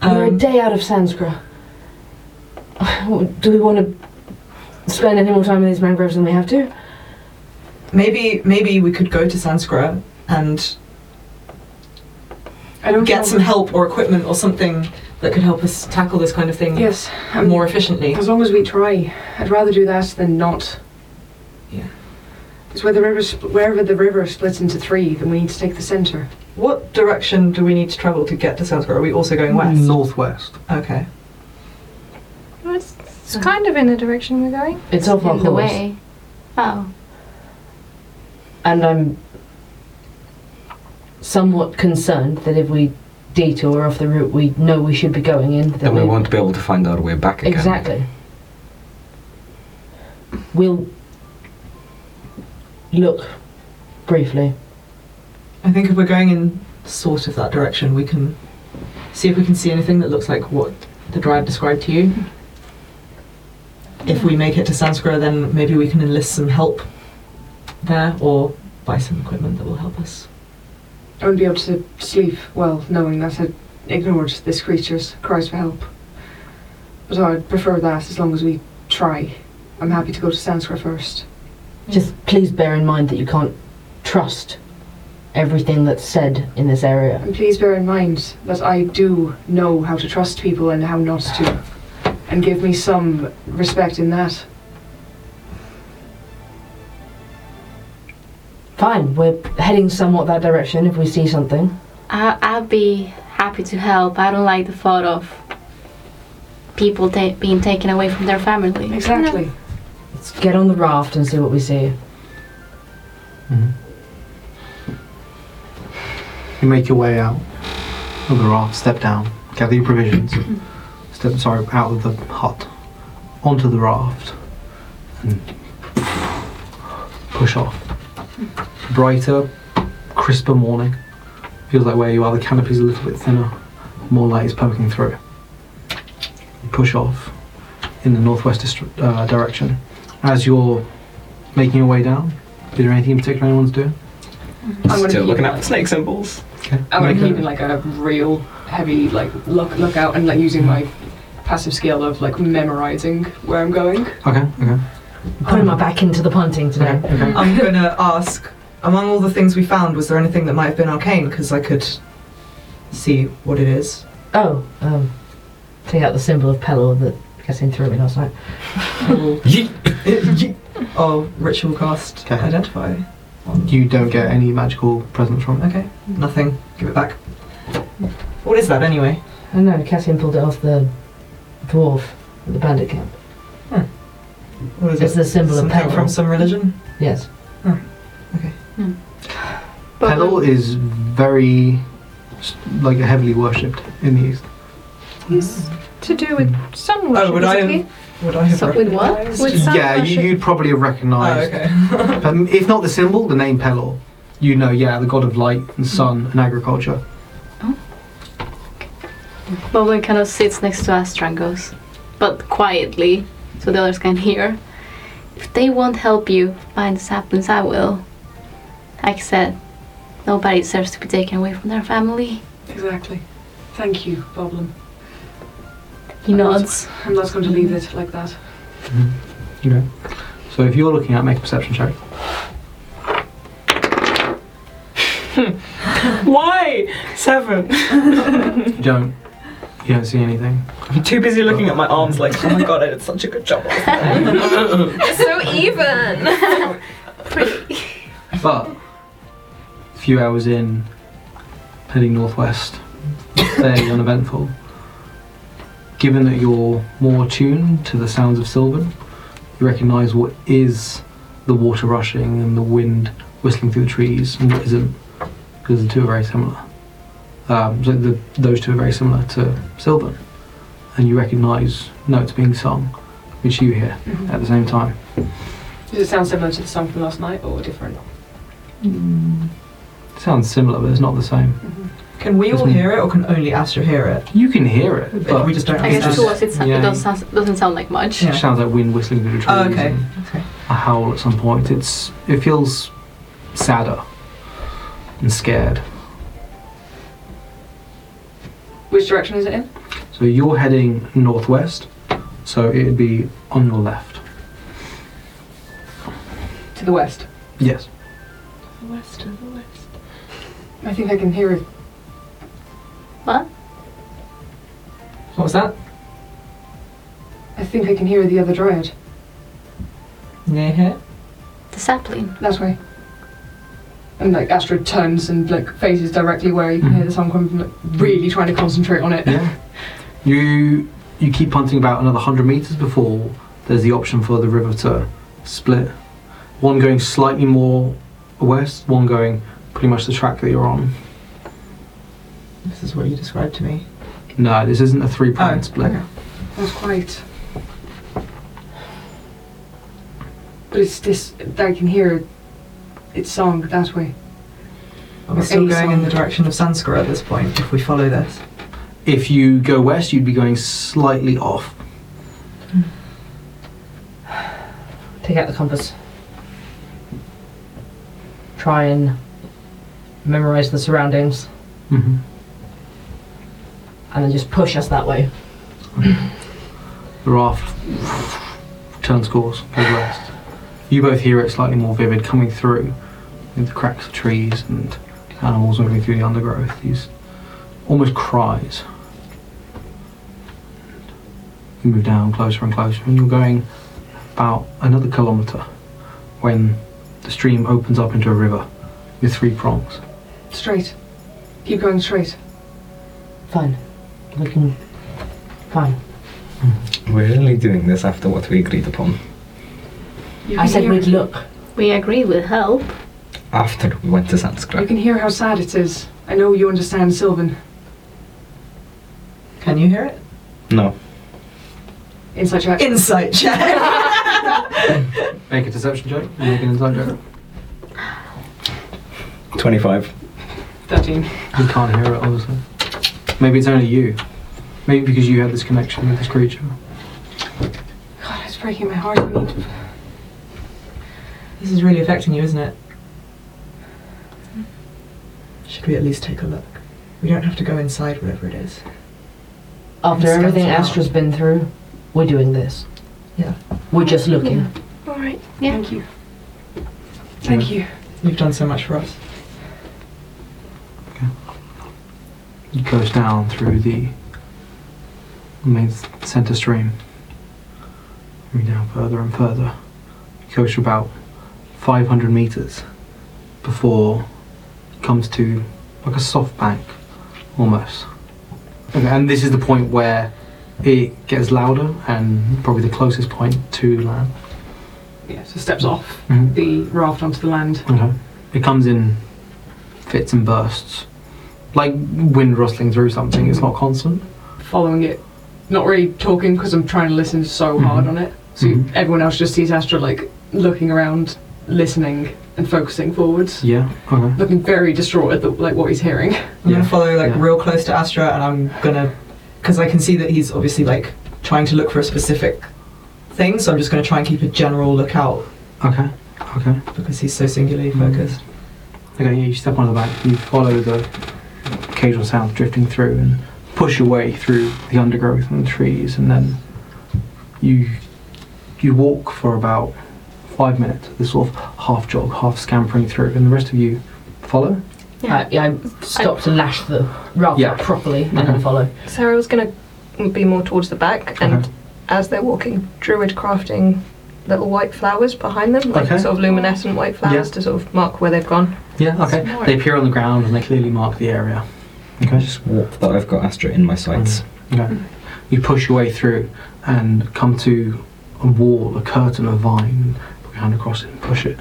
E: Um,
F: We're a
B: Um,
F: day out of Sanskra. Do we want to spend any more time in these mangroves than we have to?
E: Maybe maybe we could go to Sanskra and
D: I don't
E: get
D: know.
E: some help or equipment or something that could help us tackle this kind of thing
D: Yes, um,
E: more efficiently.
D: As long as we try, I'd rather do that than not.
E: Yeah.
D: Because where the river, spl- wherever the river splits into three, then we need to take the center.
E: What direction do we need to travel to get to Sanskra? Are we also going west?
A: Northwest.
E: Okay.
I: It's, it's kind of in the direction we're going.
F: It's off our
B: in the
F: course.
B: way. Oh,
F: And I'm somewhat concerned that if we detour off the route we know we should be going in, that
K: Then we won't be able to find our way back again.
F: Exactly. We'll look briefly.
E: I think if we're going in sort of that direction, we can see if we can see anything that looks like what the Dryad described to you. If we make it to Sanskra, then maybe we can enlist some help there or buy some equipment that will help us.
D: I wouldn't be able to sleep well knowing that I'd ignored this creature's cries for help. But I'd prefer that as long as we try. I'm happy to go to Sanskrit first.
B: Mm.
F: Just please bear in mind that you can't trust everything that's said in this area.
D: And please bear in mind that I do know how to trust people and how not to. And give me some respect in that.
F: Fine, we're heading somewhat that direction if we see something.
B: I, I'd be happy to help. I don't like the thought of people ta- being taken away from their family.
D: Exactly.
F: Let's get on the raft and see what we see.
A: Mm-hmm. You make your way out of the raft, step down, gather your provisions, step sorry out of the hut, onto the raft, and push off. Brighter, crisper morning. Feels like where you are, the canopy's a little bit thinner. More light is poking through. You push off in the northwest distri- uh, direction. As you're making your way down, is there anything in particular anyone's doing?
H: I'm gonna
K: Still
H: keep-
K: looking at snake symbols.
A: Okay.
H: I'm like
A: Make a-
H: keeping like a real heavy like look look out and like using my passive skill of like memorizing where I'm going.
A: Okay, okay.
E: Oh.
F: Putting my back into the punting today.
E: I'm gonna ask, among all the things we found, was there anything that might have been arcane? Because I could see what it is.
F: Oh, um, take out the symbol of Pelor that Cassine threw at me last night.
E: I will- I'll ritual cast
A: Okay.
E: identify.
A: You don't get any magical presents from it.
E: Okay, nothing. Give it back. What is that anyway?
F: Oh no, Cassian pulled it off the dwarf at the bandit camp.
E: What is
F: It's
E: it?
F: the symbol of
E: Something
F: power.
E: from some religion?
F: Yes.
A: Pedal is very, s- like, heavily worshipped in the East.
I: It's to do with sun worship.
E: Oh, would I
I: isn't
E: have,
I: it?
E: would I have
I: So-
E: rec-
I: with what? With sun
A: Yeah, you,
I: worship.
A: you'd probably have
E: Oh,
A: recognised.
E: okay.
A: um, if not the symbol, the name Pelor. You know, yeah, the god of light and sun and agriculture.
B: Bowen kind of sits next to Astra and goes, but quietly, so the others can hear. If they won't help you find the saplings, I will. Like I said, nobody deserves to be taken away from their family.
D: Exactly. Thank you, Boblin.
B: He nods.
D: I'm not going to leave it like that.
A: Okay. So if you're looking at, make a perception check.
J: Why? Seven.
A: You don't. You don't see anything.
J: I'm too busy looking at my arms like, oh my god, I did such a good job.
G: so even.
A: But few hours in, heading northwest, fairly uneventful. Given that you're more attuned to the sounds of Sylvan, you recognise what is the water rushing and the wind whistling through the trees and what isn't, because the two are very similar. Um, so the, those two are very similar to Sylvan, and you recognise notes being sung, which you hear
D: Mhm.
H: Mm-hmm.
A: at the same time.
D: Does it sound similar to the song from last night or different?
A: Sounds similar, but it's not the same.
H: Mm-hmm.
E: Can we all
A: Isn't-
E: hear it, or can only Astra hear it?
A: You can hear it,
E: But
A: but
E: we just don't
B: I guess to us it, so-
A: Yeah.
B: it does, sound- doesn't sound like much.
A: It sounds like wind whistling through the trees.
E: Oh, okay.
A: and A howl at some point. It's it feels sadder and scared.
D: Which direction is it in?
A: So you're heading northwest, so it'd be on your left.
D: To the west.
A: Yes.
D: The west, to the west. I think I can hear it.
B: What?
D: What was that? I think I can hear the other dryad.
E: Near here?
B: The sapling.
D: That way. And like Astrid turns and like faces directly where you can hear the sound coming from, like, really trying to concentrate on it.
A: Yeah. You you keep punting about another hundred meters before there's the option for the river to split. One going slightly more west, one going pretty much the track that you're on.
E: This is what you described to me.
A: No, this isn't a three
E: Oh,
A: pronged split.
D: That's quite. But it's this I can hear its song that way.
E: We're still going in the direction of Sanskar at this point, if we follow this.
A: If you go west, you'd be going slightly off.
F: Take out the compass. Try and memorize the surroundings,
A: Mm-hmm.
F: and then just push us that way.
A: The raft turns course, goes west. You both hear it slightly more vivid coming through with the cracks of trees and animals moving through the undergrowth. These almost cries. You move down closer and closer, and you're going about another kilometre when the stream opens up into a river with three prongs.
D: Straight. Keep going straight.
F: Fine. We can. Fine.
C: We're really doing this after what we agreed upon.
F: I said we'd look.
B: We agree with help.
C: After we went to
D: You
C: Sanskrit.
D: can hear how sad it is. I know you understand Sylvan.
E: Can you hear it?
C: No.
D: Insight check.
E: Insight check!
A: Make a deception joke, and make an insight joke.
C: 25.
D: 13.
A: You can't hear it, obviously. Maybe it's only you. Maybe because you had this connection with this creature.
D: God, it's breaking my heart. I need to
E: this is really affecting you, isn't it? Should we at least take a look? We don't have to go inside whatever it is.
F: After
E: Scout
F: everything
E: it out.
F: Astra's been through, we're doing this.
E: Yeah.
F: We're just looking.
I: All right.
D: Thank you. Thank you.
E: You've done so much for us.
A: It goes down through the main center stream. Coming down further and further. It goes for about 500 meters before it comes to like a soft bank almost. Okay, and this is the point where it gets louder and probably the closest point to land.
D: Yeah, so steps off
A: Mhm.
D: the raft onto the land.
A: Okay. It comes in fits and bursts. Like wind rustling through something, it's not constant.
D: following it, not really talking because I'm trying to listen so
A: Mm-hmm.
D: hard on it. So you- everyone else just sees Astra like looking around, listening, and focusing forwards,
A: Yeah, okay.
D: looking very distraught at the, like what he's hearing.
E: I'm
A: Yeah,
E: gonna follow like
A: yeah.
E: real close to Astra, and I'm gonna, because I can see that he's obviously like trying to look for a specific thing. So I'm just gonna try and keep a general lookout
A: Okay, okay.
E: because he's so singularly
C: Mm.
E: focused.
A: Okay, yeah, you step onto the bank, you follow the occasional sound drifting through and push your way through the undergrowth and the trees and then you you walk for about five minutes, this sort of half jog, half scampering through, and the rest of you follow?
B: Yeah.
F: Uh, yeah, I stop to lash the raft
A: Yeah.
F: up properly and
A: Okay.
F: then follow.
M: Sarah was going to be more towards the back, and
A: Okay.
M: as they're walking, Druid crafting little white flowers behind them, like
A: Okay.
M: sort of luminescent white flowers
A: Yeah.
M: to sort of mark where they've gone.
A: Yeah, okay.
C: Smart.
A: They appear on the ground and they clearly mark the area.
C: Can I just Mm. warp that I've got Astra in my sights?
A: Okay. You push your way through and come to a wall, a curtain, a vine, put your hand across it and push it.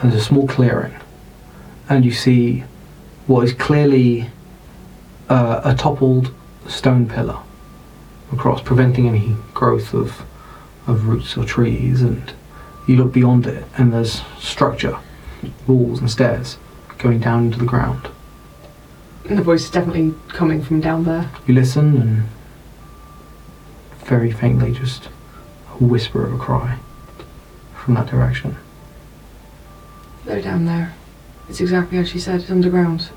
A: And there's a small clearing. And you see what is clearly uh, a toppled stone pillar across, preventing any growth of, of roots or trees. And you look beyond it, and there's structure, walls and stairs going down into the ground.
D: The voice is definitely coming from down there.
A: You listen and very faintly just a whisper of a cry from that direction.
D: They're down there. It's exactly as she said, it's underground.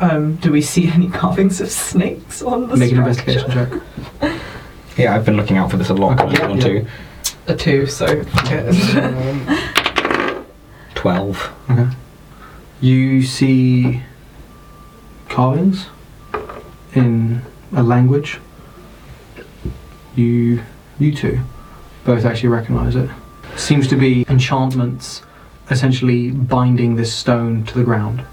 E: Um, do we see any carvings of snakes on the
C: Make an
E: structure?
C: investigation check. Yeah, I've been looking out for this a lot.
E: yeah,
C: one, two.
E: A two, so fuck
A: Um,
E: it.
C: 12.
A: Okay. You see carvings in a language. You, you two, both actually recognise it. Seems to be enchantments, essentially binding this stone to the ground.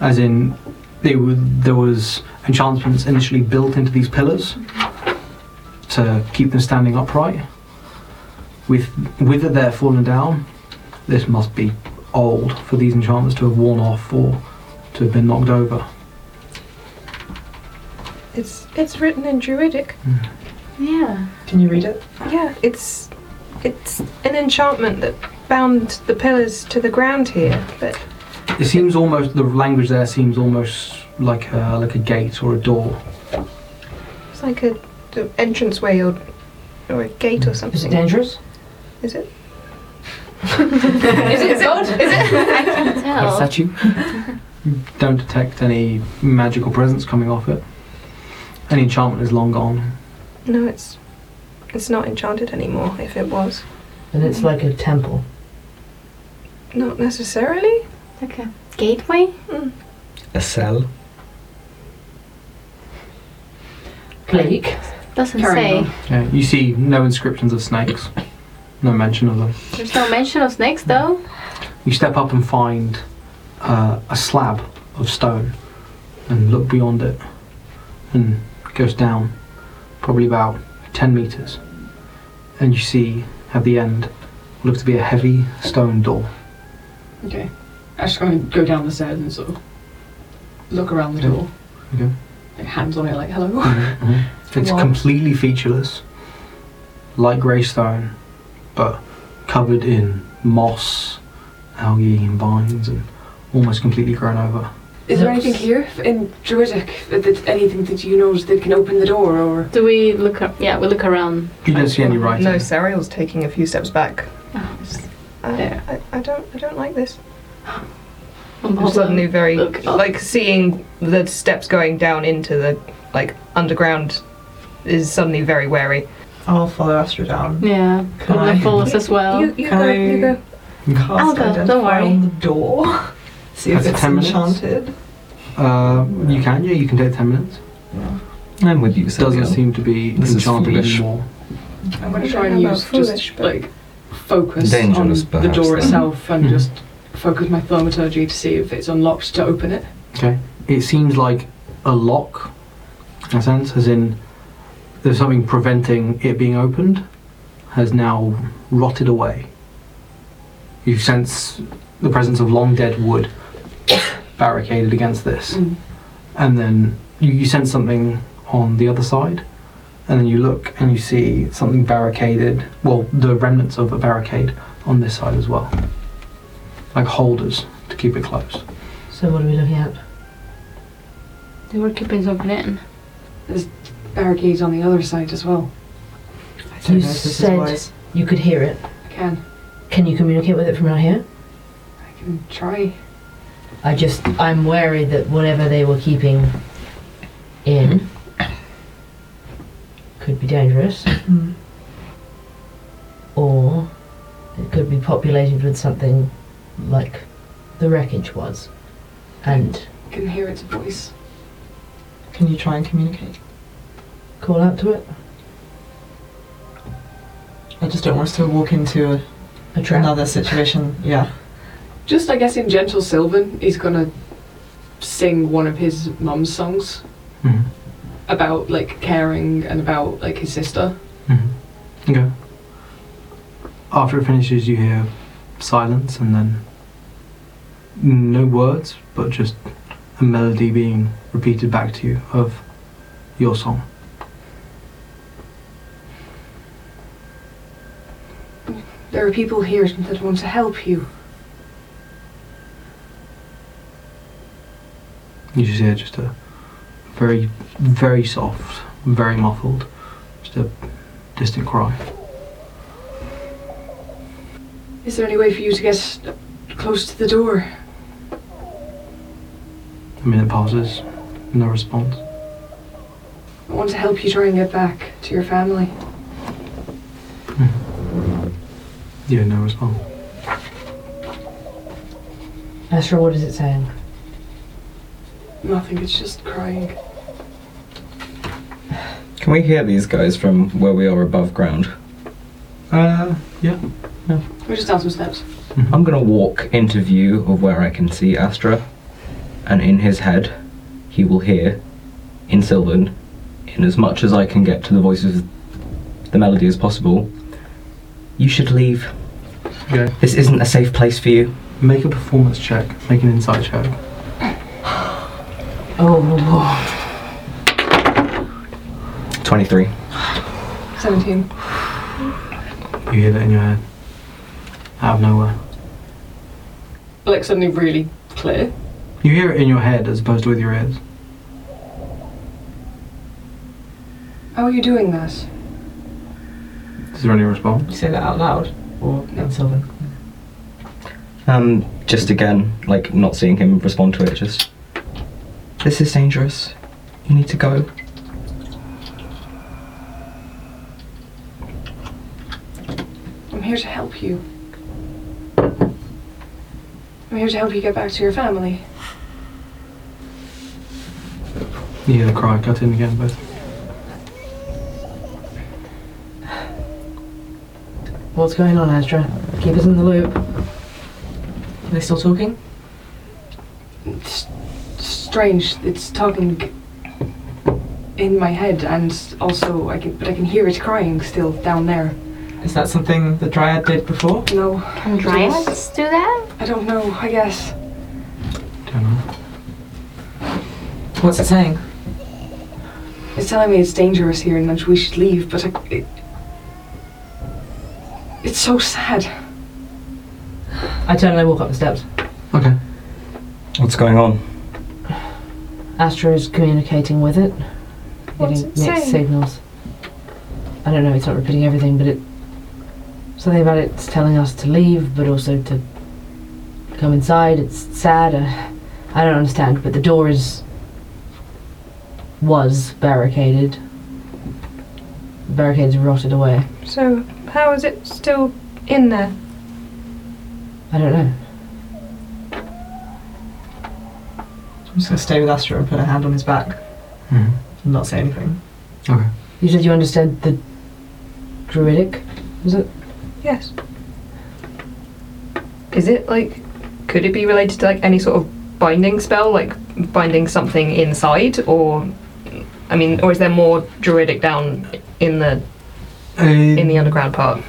A: As in, they were, there was enchantments initially built into these pillars to keep them standing upright. With whither they're fallen down, this must be old for these enchantments to have worn off or to have been knocked over.
I: It's it's written in Druidic.
B: Yeah.
E: Can you read it?
I: Yeah, it's it's an enchantment that bound the pillars to the ground here, but
A: It seems almost the language there seems almost like a like a gate or a door.
I: it's like a, a entranceway or or a gate or something.
F: Is it dangerous?
I: Is it?
F: Is it good?
I: Is it?
B: I can't tell.
A: you? Don't detect any magical presence coming off it. Any enchantment is long gone.
I: no, it's it's not enchanted anymore. If it was,
F: And it's like a temple.
I: not necessarily.
B: Like a gateway?
C: A cell.
F: Blake.
B: Doesn't say.
F: Carrying
A: Yeah, you see no inscriptions of snakes, no mention of them.
B: There's no mention of snakes though.
A: You step up and find uh, a slab of stone and look beyond it and it goes down probably about 10 meters and you see at the end what looks to be a heavy stone door.
D: Okay. I'm just going to go down the stairs and sort of look around the
A: Yeah.
D: door.
A: Okay.
D: Like hands on it, like, hello.
A: It's
D: Wow.
A: completely featureless, light grey stone, but covered in moss, algae and vines and almost completely grown over.
D: Is there
F: Looks-
D: anything here in Druidic? That, anything that you know that can open the door or.
B: Do we look? Ar- yeah, we look around.
A: You don't see any writing.
E: No, Serial's taking a few steps back.
B: Oh, just-
I: I,
E: Yeah.
I: I, I don't I don't like this.
B: I'm
E: I'm
B: hold
E: suddenly
B: on.
E: very
B: Look
N: oh.
B: up.
E: like seeing the steps going down into the like underground is suddenly very wary. I'll follow Astra down.
B: Yeah,
E: Can
B: probably
E: I-
B: follows as well.
I: You you
E: Can
I: go
E: I-
I: you go.
E: Cast
B: I'll go, don't
E: Identify
B: worry.
E: on the door. See
A: That's
E: if it's
A: 10 minutes.
E: enchanted.
A: Uh, you can, yeah, you can take 10 minutes.
C: I'm with you,
A: It doesn't
C: Sylvia.
A: seem to be
C: This is
A: enchanted
C: foolish.
A: anymore.
D: I'm going
I: I
D: to try
I: don't
D: and
I: know
D: use
I: about foolish,
D: just
I: but-
D: like focus
C: Dangerous,
D: on
C: perhaps,
D: the door
C: then. Hmm.
D: itself and
A: Mhm.
D: just focus my thaumaturgy to see if it's unlocked to open it.
A: Okay. It seems like a lock, in a sense, as in there's something preventing it being opened, has now rotted away. You sense the presence of long dead wood barricaded against this.
D: Mm.
A: And then you, you sense something on the other side, and then you look and you see something barricaded well, the remnants of a barricade on this side as well. Like holders to keep it closed.
F: So what are we looking at?
B: They were keeping something in.
D: Barricades on the other side as well.
E: I
F: You said- You could hear it.
D: I can.
F: Can you communicate with it from out here?
D: I can try.
F: I just I'm wary that whatever they were keeping in could be dangerous. Or it could be populated with something like the wreckage was. And
D: I can hear its voice.
E: Can you try and communicate?
F: call out to it.
E: I just don't want us to walk into a
F: A trap.
E: Another situation, yeah.
H: Just, I guess, in gentle Sylvan, he's gonna sing one of his mum's songs
A: Mhm.
H: about like caring and about like his sister.
A: Mm-hmm. Okay. After it finishes, you hear silence and then no words, but just a melody being repeated back to you of your song.
D: There are people here that want to help you.
A: You just hear just a very, very soft, very muffled, just a distant cry.
D: Is there any way for you to get close to the door?
A: A minute passes, no response.
D: I want to help you try and get back to your family.
A: Yeah, no response.
F: Astra, what is it saying?
D: Nothing, it's just crying.
C: Can we hear these guys from where we are above ground? Uh, yeah.
H: We're just down some steps.
C: I'm gonna walk into view of where I can see Astra, and in his head, he will hear, in Sylvan, in as much as I can get to the voices, the melody as possible. You should leave.
A: Okay.
C: This isn't a safe place for you.
A: Make a performance check. Make an insight check.
F: Oh, oh,
C: 23.
H: 17.
A: You hear that in your head, out of nowhere.
H: Like suddenly really clear.
A: You hear it in your head as opposed to with your ears.
D: How are you doing that?
A: Is there any response?
F: oh. Say that out loud or in Sylvan.
C: Um, just again, like not seeing him respond to it, just. This is dangerous. You need to go.
D: I'm here to help you. I'm here to help you get back to your family.
A: You hear the cry cut in again, both.
F: What's going on, Astra? Keep us in the loop. Are they still talking?
D: It's strange. It's talking in my head, and also I can, but I can hear it crying still down there.
E: Is that something the Dryad did before?
D: No.
B: Can dryads do that?
D: I don't know. I guess
E: What's it saying?
D: it's telling me it's dangerous here and that we should leave, but I, it, it's so sad.
F: I turn and I walk up the steps.
A: Okay.
C: What's going on?
F: Astra is communicating with it.
I: What's
F: getting
I: it saying?
F: signals. I don't know, it's not repeating everything, but it. Something about it's telling us to leave, but also to come inside. It's sad. Uh, I don't understand, but the door is. was barricaded. The barricades rotted away.
I: So, how is it still in there?
F: I don't know.
E: I'm just gonna stay with Astra and put a hand on his back
A: Mhm.
E: and not say anything.
A: Okay.
F: You said you understand the druidic, was it?
M: Yes. Is it like? Could it be related to like any sort of binding spell, like binding something inside, or? I mean, or is there more druidic down in the
A: Uh,
M: in the underground part?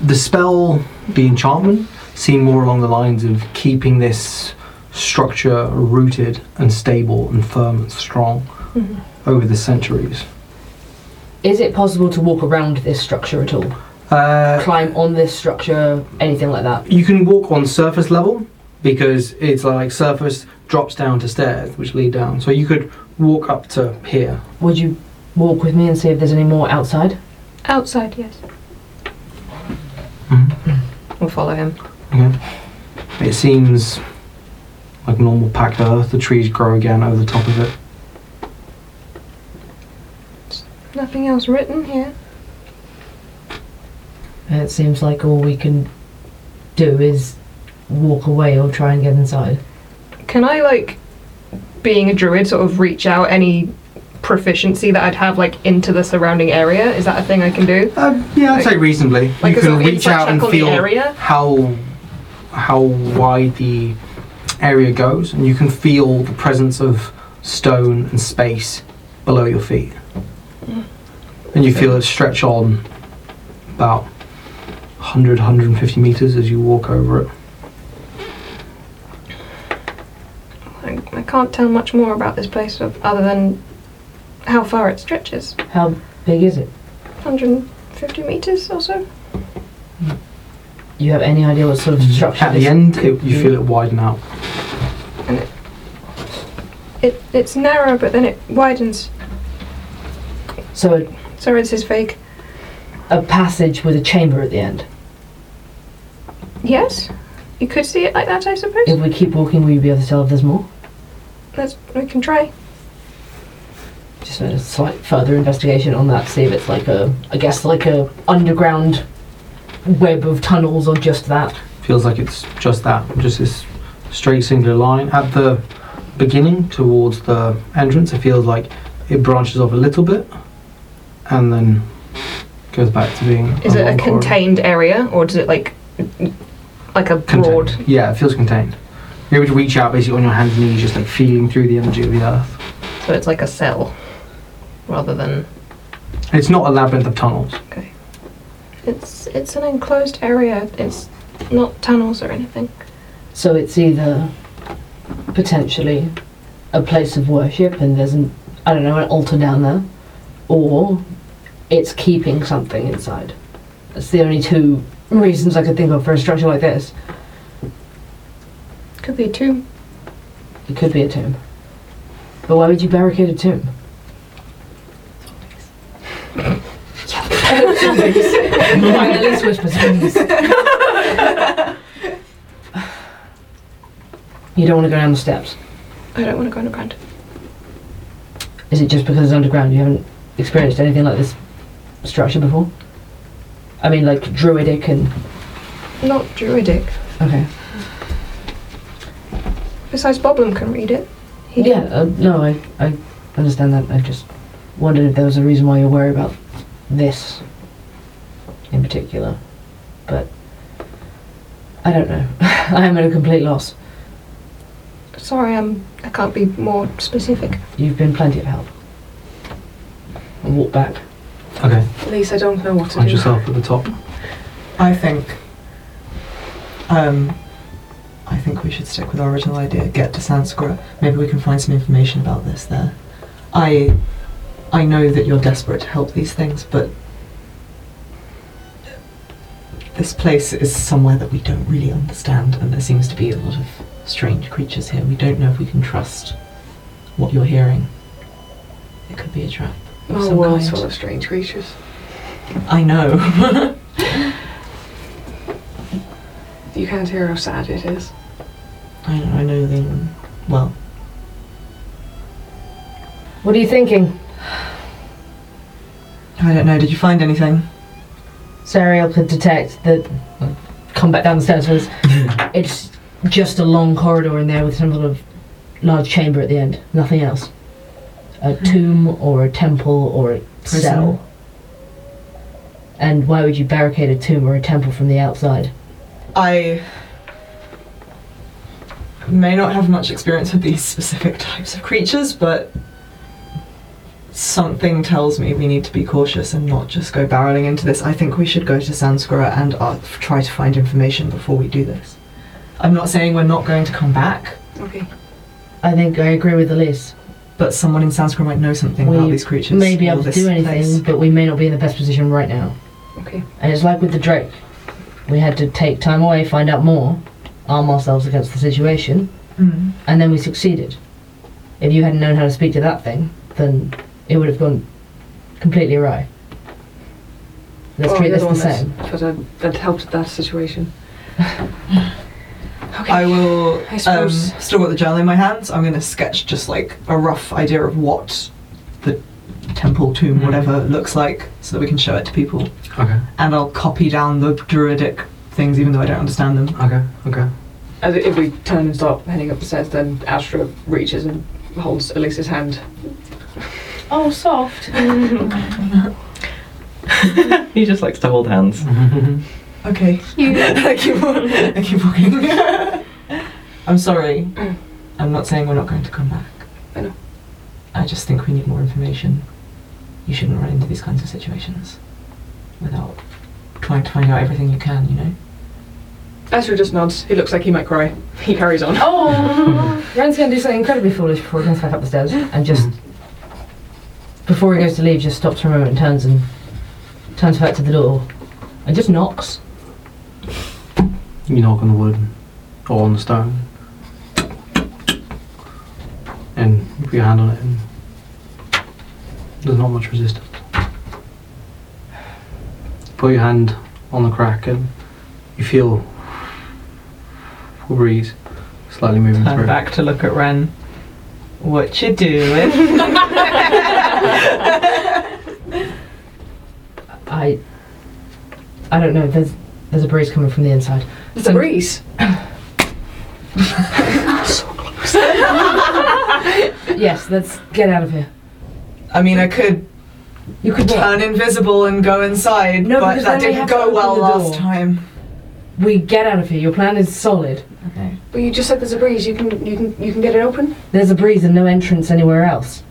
A: the spell, the enchantment, seemed more along the lines of keeping this structure rooted and stable and firm and strong over the centuries.
F: Is it possible to walk around this structure at all?
A: Uh,
F: Climb on this structure, anything like that?
A: You can walk on surface level because it's like surface drops down to stairs which lead down. So you could walk up to here.
F: Would you walk with me and see if there's any more outside?
M: Outside, yes. We'll follow him.
A: Okay. Mm-hmm. It seems like normal packed earth. The trees grow again over the top of it.
I: Nothing else written here.
F: And it seems like all we can do is walk away or try and get inside.
M: Can I like, being a druid, sort of reach out any proficiency that I'd have like into the surrounding area? Is that a thing I can do?
A: Um, yeah, I'd say reasonably.
M: like
A: you can
M: a sort of
A: reach
M: insight
A: out
M: check
A: and
M: on the
A: feel
M: area?
A: how how wide the area goes, and you can feel the presence of stone and space below your feet,
M: Mm.
A: and you feel it stretch on about 100, 150 meters as you walk over it.
I: I, I can't tell much more about this place of- other than how far it stretches.
F: How big is it?
I: 150 meters or so.
F: You have any idea what sort of structure?
A: Mm, At the
F: this
A: end,
F: could
A: it, you
F: be?
A: feel it widen out.
I: It, it's narrow, but then it widens.
F: So
I: So it's is vague.
F: a, a passage with a chamber at the end.
I: Yes, you could see it like that, I suppose.
F: If we keep walking, will you be able to tell if there's more?
I: Let's, we can try.
F: Just a slight further investigation on that. See if it's like a, I guess like a underground web of tunnels or just that.
A: feels like it's just that, just this straight singular line. At the beginning, towards the entrance, it feels like it branches off a little bit, and then goes back to being.
M: Is it a
A: long corridor.
M: contained area or does it like like a broad?
A: Contained. Yeah, it feels contained. You're able to reach out basically on your hands and knees, just like feeling through the energy of the earth.
M: So it's like a cell rather than
A: It's not a labyrinth of tunnels.
I: It's it's an enclosed area. It's not tunnels or anything.
F: So it's either potentially a place of worship and there's an, I don't know, an altar down there, or it's keeping something inside. That's the only two reasons I could think of for a structure like this.
I: Could be two.
F: It could be a tomb. But why would you barricade a tomb? At least whispers. You don't want to go down the steps.
I: I don't want to go underground.
F: Is it just because it's underground? You haven't experienced anything like this structure before? I mean, like druidic and.
I: Not druidic.
F: Okay.
I: Besides, Boblum can read it. He
F: yeah,
I: did.
F: uh, no, I, I understand that. I just wondered if there was a reason why you're worried about this in particular. But. I don't know. I am at a complete loss.
I: Sorry, I'm. I can't be more specific.
F: You've been plenty of help. And walk back.
A: Okay,
D: At least I don't know what to
A: find
D: do.
A: yourself at the top.
E: I think. Um, I think we should stick with our original idea. Get to Sanskrit. Maybe we can find some information about this there. I, I know that you're desperate to help these things, but this place is somewhere that we don't really understand, and there seems to be a lot of strange creatures here. We don't know if we can trust what you're hearing. It could be a trap. of
D: Our
E: some
D: world's
E: kind.
D: Oh, full of strange creatures.
E: I know.
D: You can't hear how sad it is.
E: I know, I know them well.
F: What are you thinking?
E: I don't know, did you find anything?
F: Sariel could detect that. Come back down the stairs. Was it's just a long corridor in there with some sort of large chamber at the end. Nothing else. A tomb or a temple or a
E: Prison.
F: cell. And why would you barricade a tomb or a temple from the outside?
E: I may not have much experience with these specific types of creatures, but something tells me we need to be cautious and not just go barreling into this. I think we should go to Sanskara and uh, f- try to find information before we do this. I'm not saying we're not going to come back,
D: Okay.
F: I think I agree with Elise.
E: but someone in Sanskara might know something
F: We
E: about these creatures.
F: may be
E: or
F: able to
E: this
F: do anything,
E: place.
F: but we may not be in the best position right now.
D: Okay.
F: And it's like with the Drake. We had to take time away, find out more, arm ourselves against the situation,
E: Mm.
F: and then we succeeded. If you hadn't known how to speak to that thing, then it would have gone completely awry. Let's
D: Well,
F: treat
D: you're
F: this
D: the
F: Oh, the
D: one that's-
F: same.
D: But uh, that helped that situation. okay.
E: I will.
D: I suppose-
E: Um, still got the journal in my hands. I'm going to sketch just like a rough idea of what the temple, tomb,
D: Mm-hmm.
E: whatever looks like, so that we can show it to people.
A: Okay,
E: And I'll copy down the druidic things, even though I don't understand them.
A: okay, okay.
D: As if we turn and start heading up the stairs, then Astra reaches and holds Elise's hand.
F: Oh, soft.
C: He just likes to hold hands.
E: Okay. I keep, wa- I keep walking. I'm sorry. I'm not saying we're not going to come back.
D: Mm. I know.
E: I just think we need more information. You shouldn't run into these kinds of situations without trying to find out everything you can, you know?
H: Ezra just nods. He looks like he might cry. He carries on.
F: Oh, Ren's gonna do something incredibly foolish before he comes back up the stairs, and just before he goes to leave, just stops for a moment and turns and turns back to the door, and just knocks.
A: You knock on the wood or on the stone, and you put your hand on it, and there's not much resistance. Put your hand on the crack, and you feel a breeze slightly moving
E: Turn
A: through.
E: back to look at Ren. What you doing?
F: I, I don't know. There's there's a breeze coming from the inside.
H: It's a breeze.
F: Yes, let's get out of here.
E: I mean, I could
F: You could what?
E: turn invisible and go inside,
F: No,
E: but
F: because
E: that
F: then we
E: didn't
F: have to
E: go
F: open
E: well
F: the
E: last
F: door.
E: time.
F: We get out of here. Your plan is solid.
D: Well, you just said there's a breeze. You can you can you can get it open.
F: There's a breeze and no entrance anywhere else.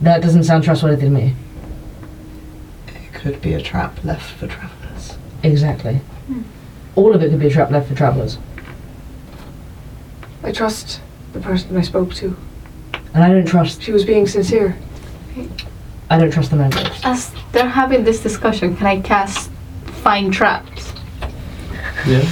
F: That doesn't sound trustworthy to me.
E: It could be a trap left for travelers.
F: Exactly. All of it could be a trap left for travellers.
D: I trust the person I spoke to.
F: And I don't trust.
D: She was being sincere.
F: I don't trust the mangroves.
B: As they're having this discussion, can I cast find traps?
A: Yeah.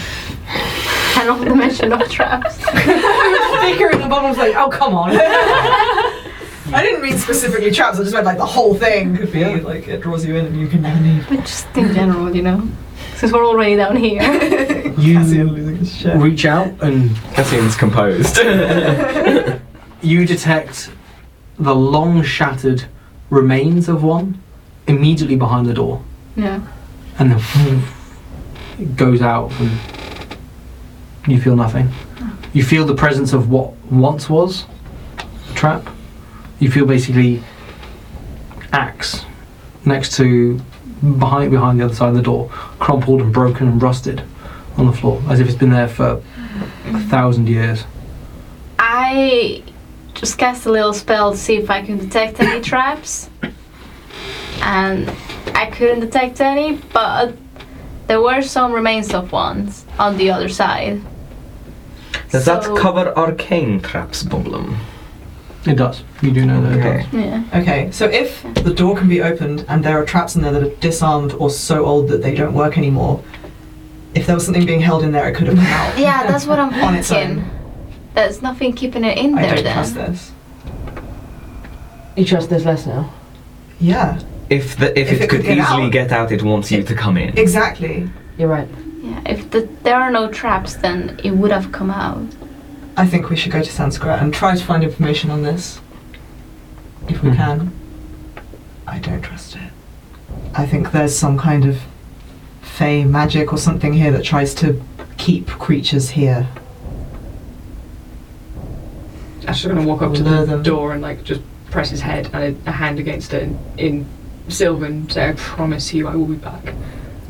B: Cannot mention of traps.
F: Sticker in the bottom's like, oh come on.
E: I didn't mean specifically traps, I just meant like the whole thing could be like it draws you in and you can leave.
B: But just in general, you know, since we're already down here.
A: You
E: losing his shit.
A: reach out, and
C: Cassian's composed.
A: you detect the long shattered remains of one immediately behind the door.
B: yeah.
A: and then it goes out and you feel nothing you feel the presence of what once was a trap you feel basically axe next to behind behind the other side of the door crumpled and broken and rusted on the floor as if it's been there for a thousand years
B: I just cast a little spell to see if I can detect any traps. And I couldn't detect any, but there were some remains of ones on the other side.
C: Does
B: So-
C: that cover arcane traps problem?
A: it does you do know that it does
B: Yeah.
E: Okay, so if the door can be opened and there are traps in there that are disarmed or so old that they don't work anymore, if there was something being held in there, it could have come out.
B: Yeah, that's what I'm
E: On its
B: thinking. There's nothing keeping it in
E: I
B: there
E: don't
B: then.
E: trust this.
F: You trust there's less now.
E: Yeah,
C: If the if, it, could,
E: get
C: easily
E: out.
C: get out, it wants you to come in.
E: exactly.
F: You're right.
B: Yeah, if the, there are no traps, then it would have come out.
E: I think we should go to Sanskrit and try to find information on this. If we
A: Hmm.
E: can. I don't trust it. I think there's some kind of fey magic or something here that tries to keep creatures here.
O: Ash is going to walk up to
E: Lure
O: the
E: them.
O: door and like just press his head and a, a hand against it in, in Sylvan say, "I promise you, I will be back."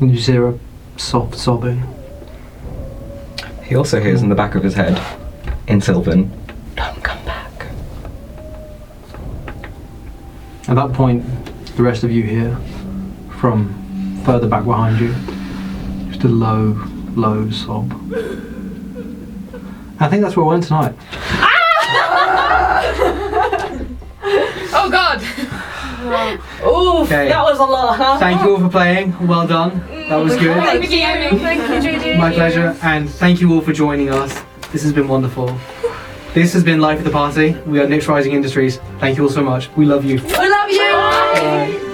A: and you just hear a soft sobbing
C: He also hears in the back of his head, in Sylvan, don't come back.
A: At that point, the rest of you hear from further back behind you just a low, low sob. I think that's where we're in tonight.
O: Oh God!
E: Oof,
A: Okay.
E: that was a lot, Mm, huh?
A: Thank you all for playing. Well done. That was good.
O: Thank you.
M: Thank you, JJ.
A: My pleasure. And thank you all for joining us. This has been wonderful. This has been Life of the Party. We are Nick's Rising Industries. Thank you all so much. We love you.
O: We love you.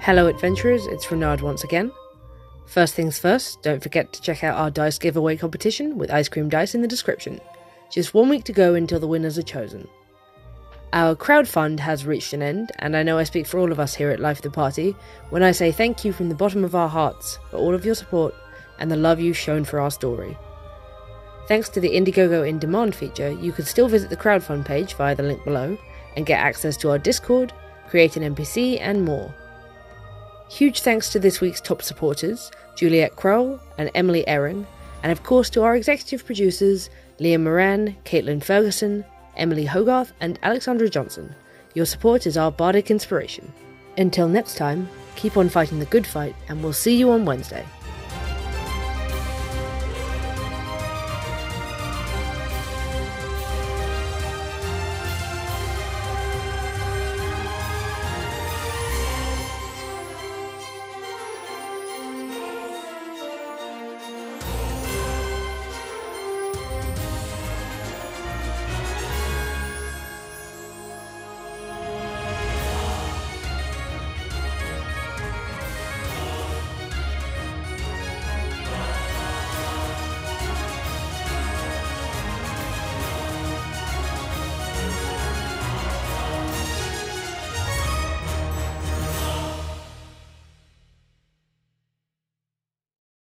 P: Hello, adventurers, it's Renard once again. First things first, don't forget to check out our dice giveaway competition with ice cream dice in the description. Just one week to go until the winners are chosen. Our crowdfund has reached an end, and I know I speak for all of us here at Life of the Party when I say thank you from the bottom of our hearts for all of your support
F: and the love you've shown for our story. Thanks to the Indiegogo in demand feature, you can still visit the crowdfund page via the link below and get access to our Discord, create an NPC, and more. Huge thanks to this week's top supporters, Juliet Crowell and Emily Erring, and of course to our executive producers, Liam Moran, Caitlin Ferguson, Emily Hogarth, and Alexandra Johnson. Your support is our bardic inspiration. Until next time, keep on fighting the good fight, and we'll see you on Wednesday.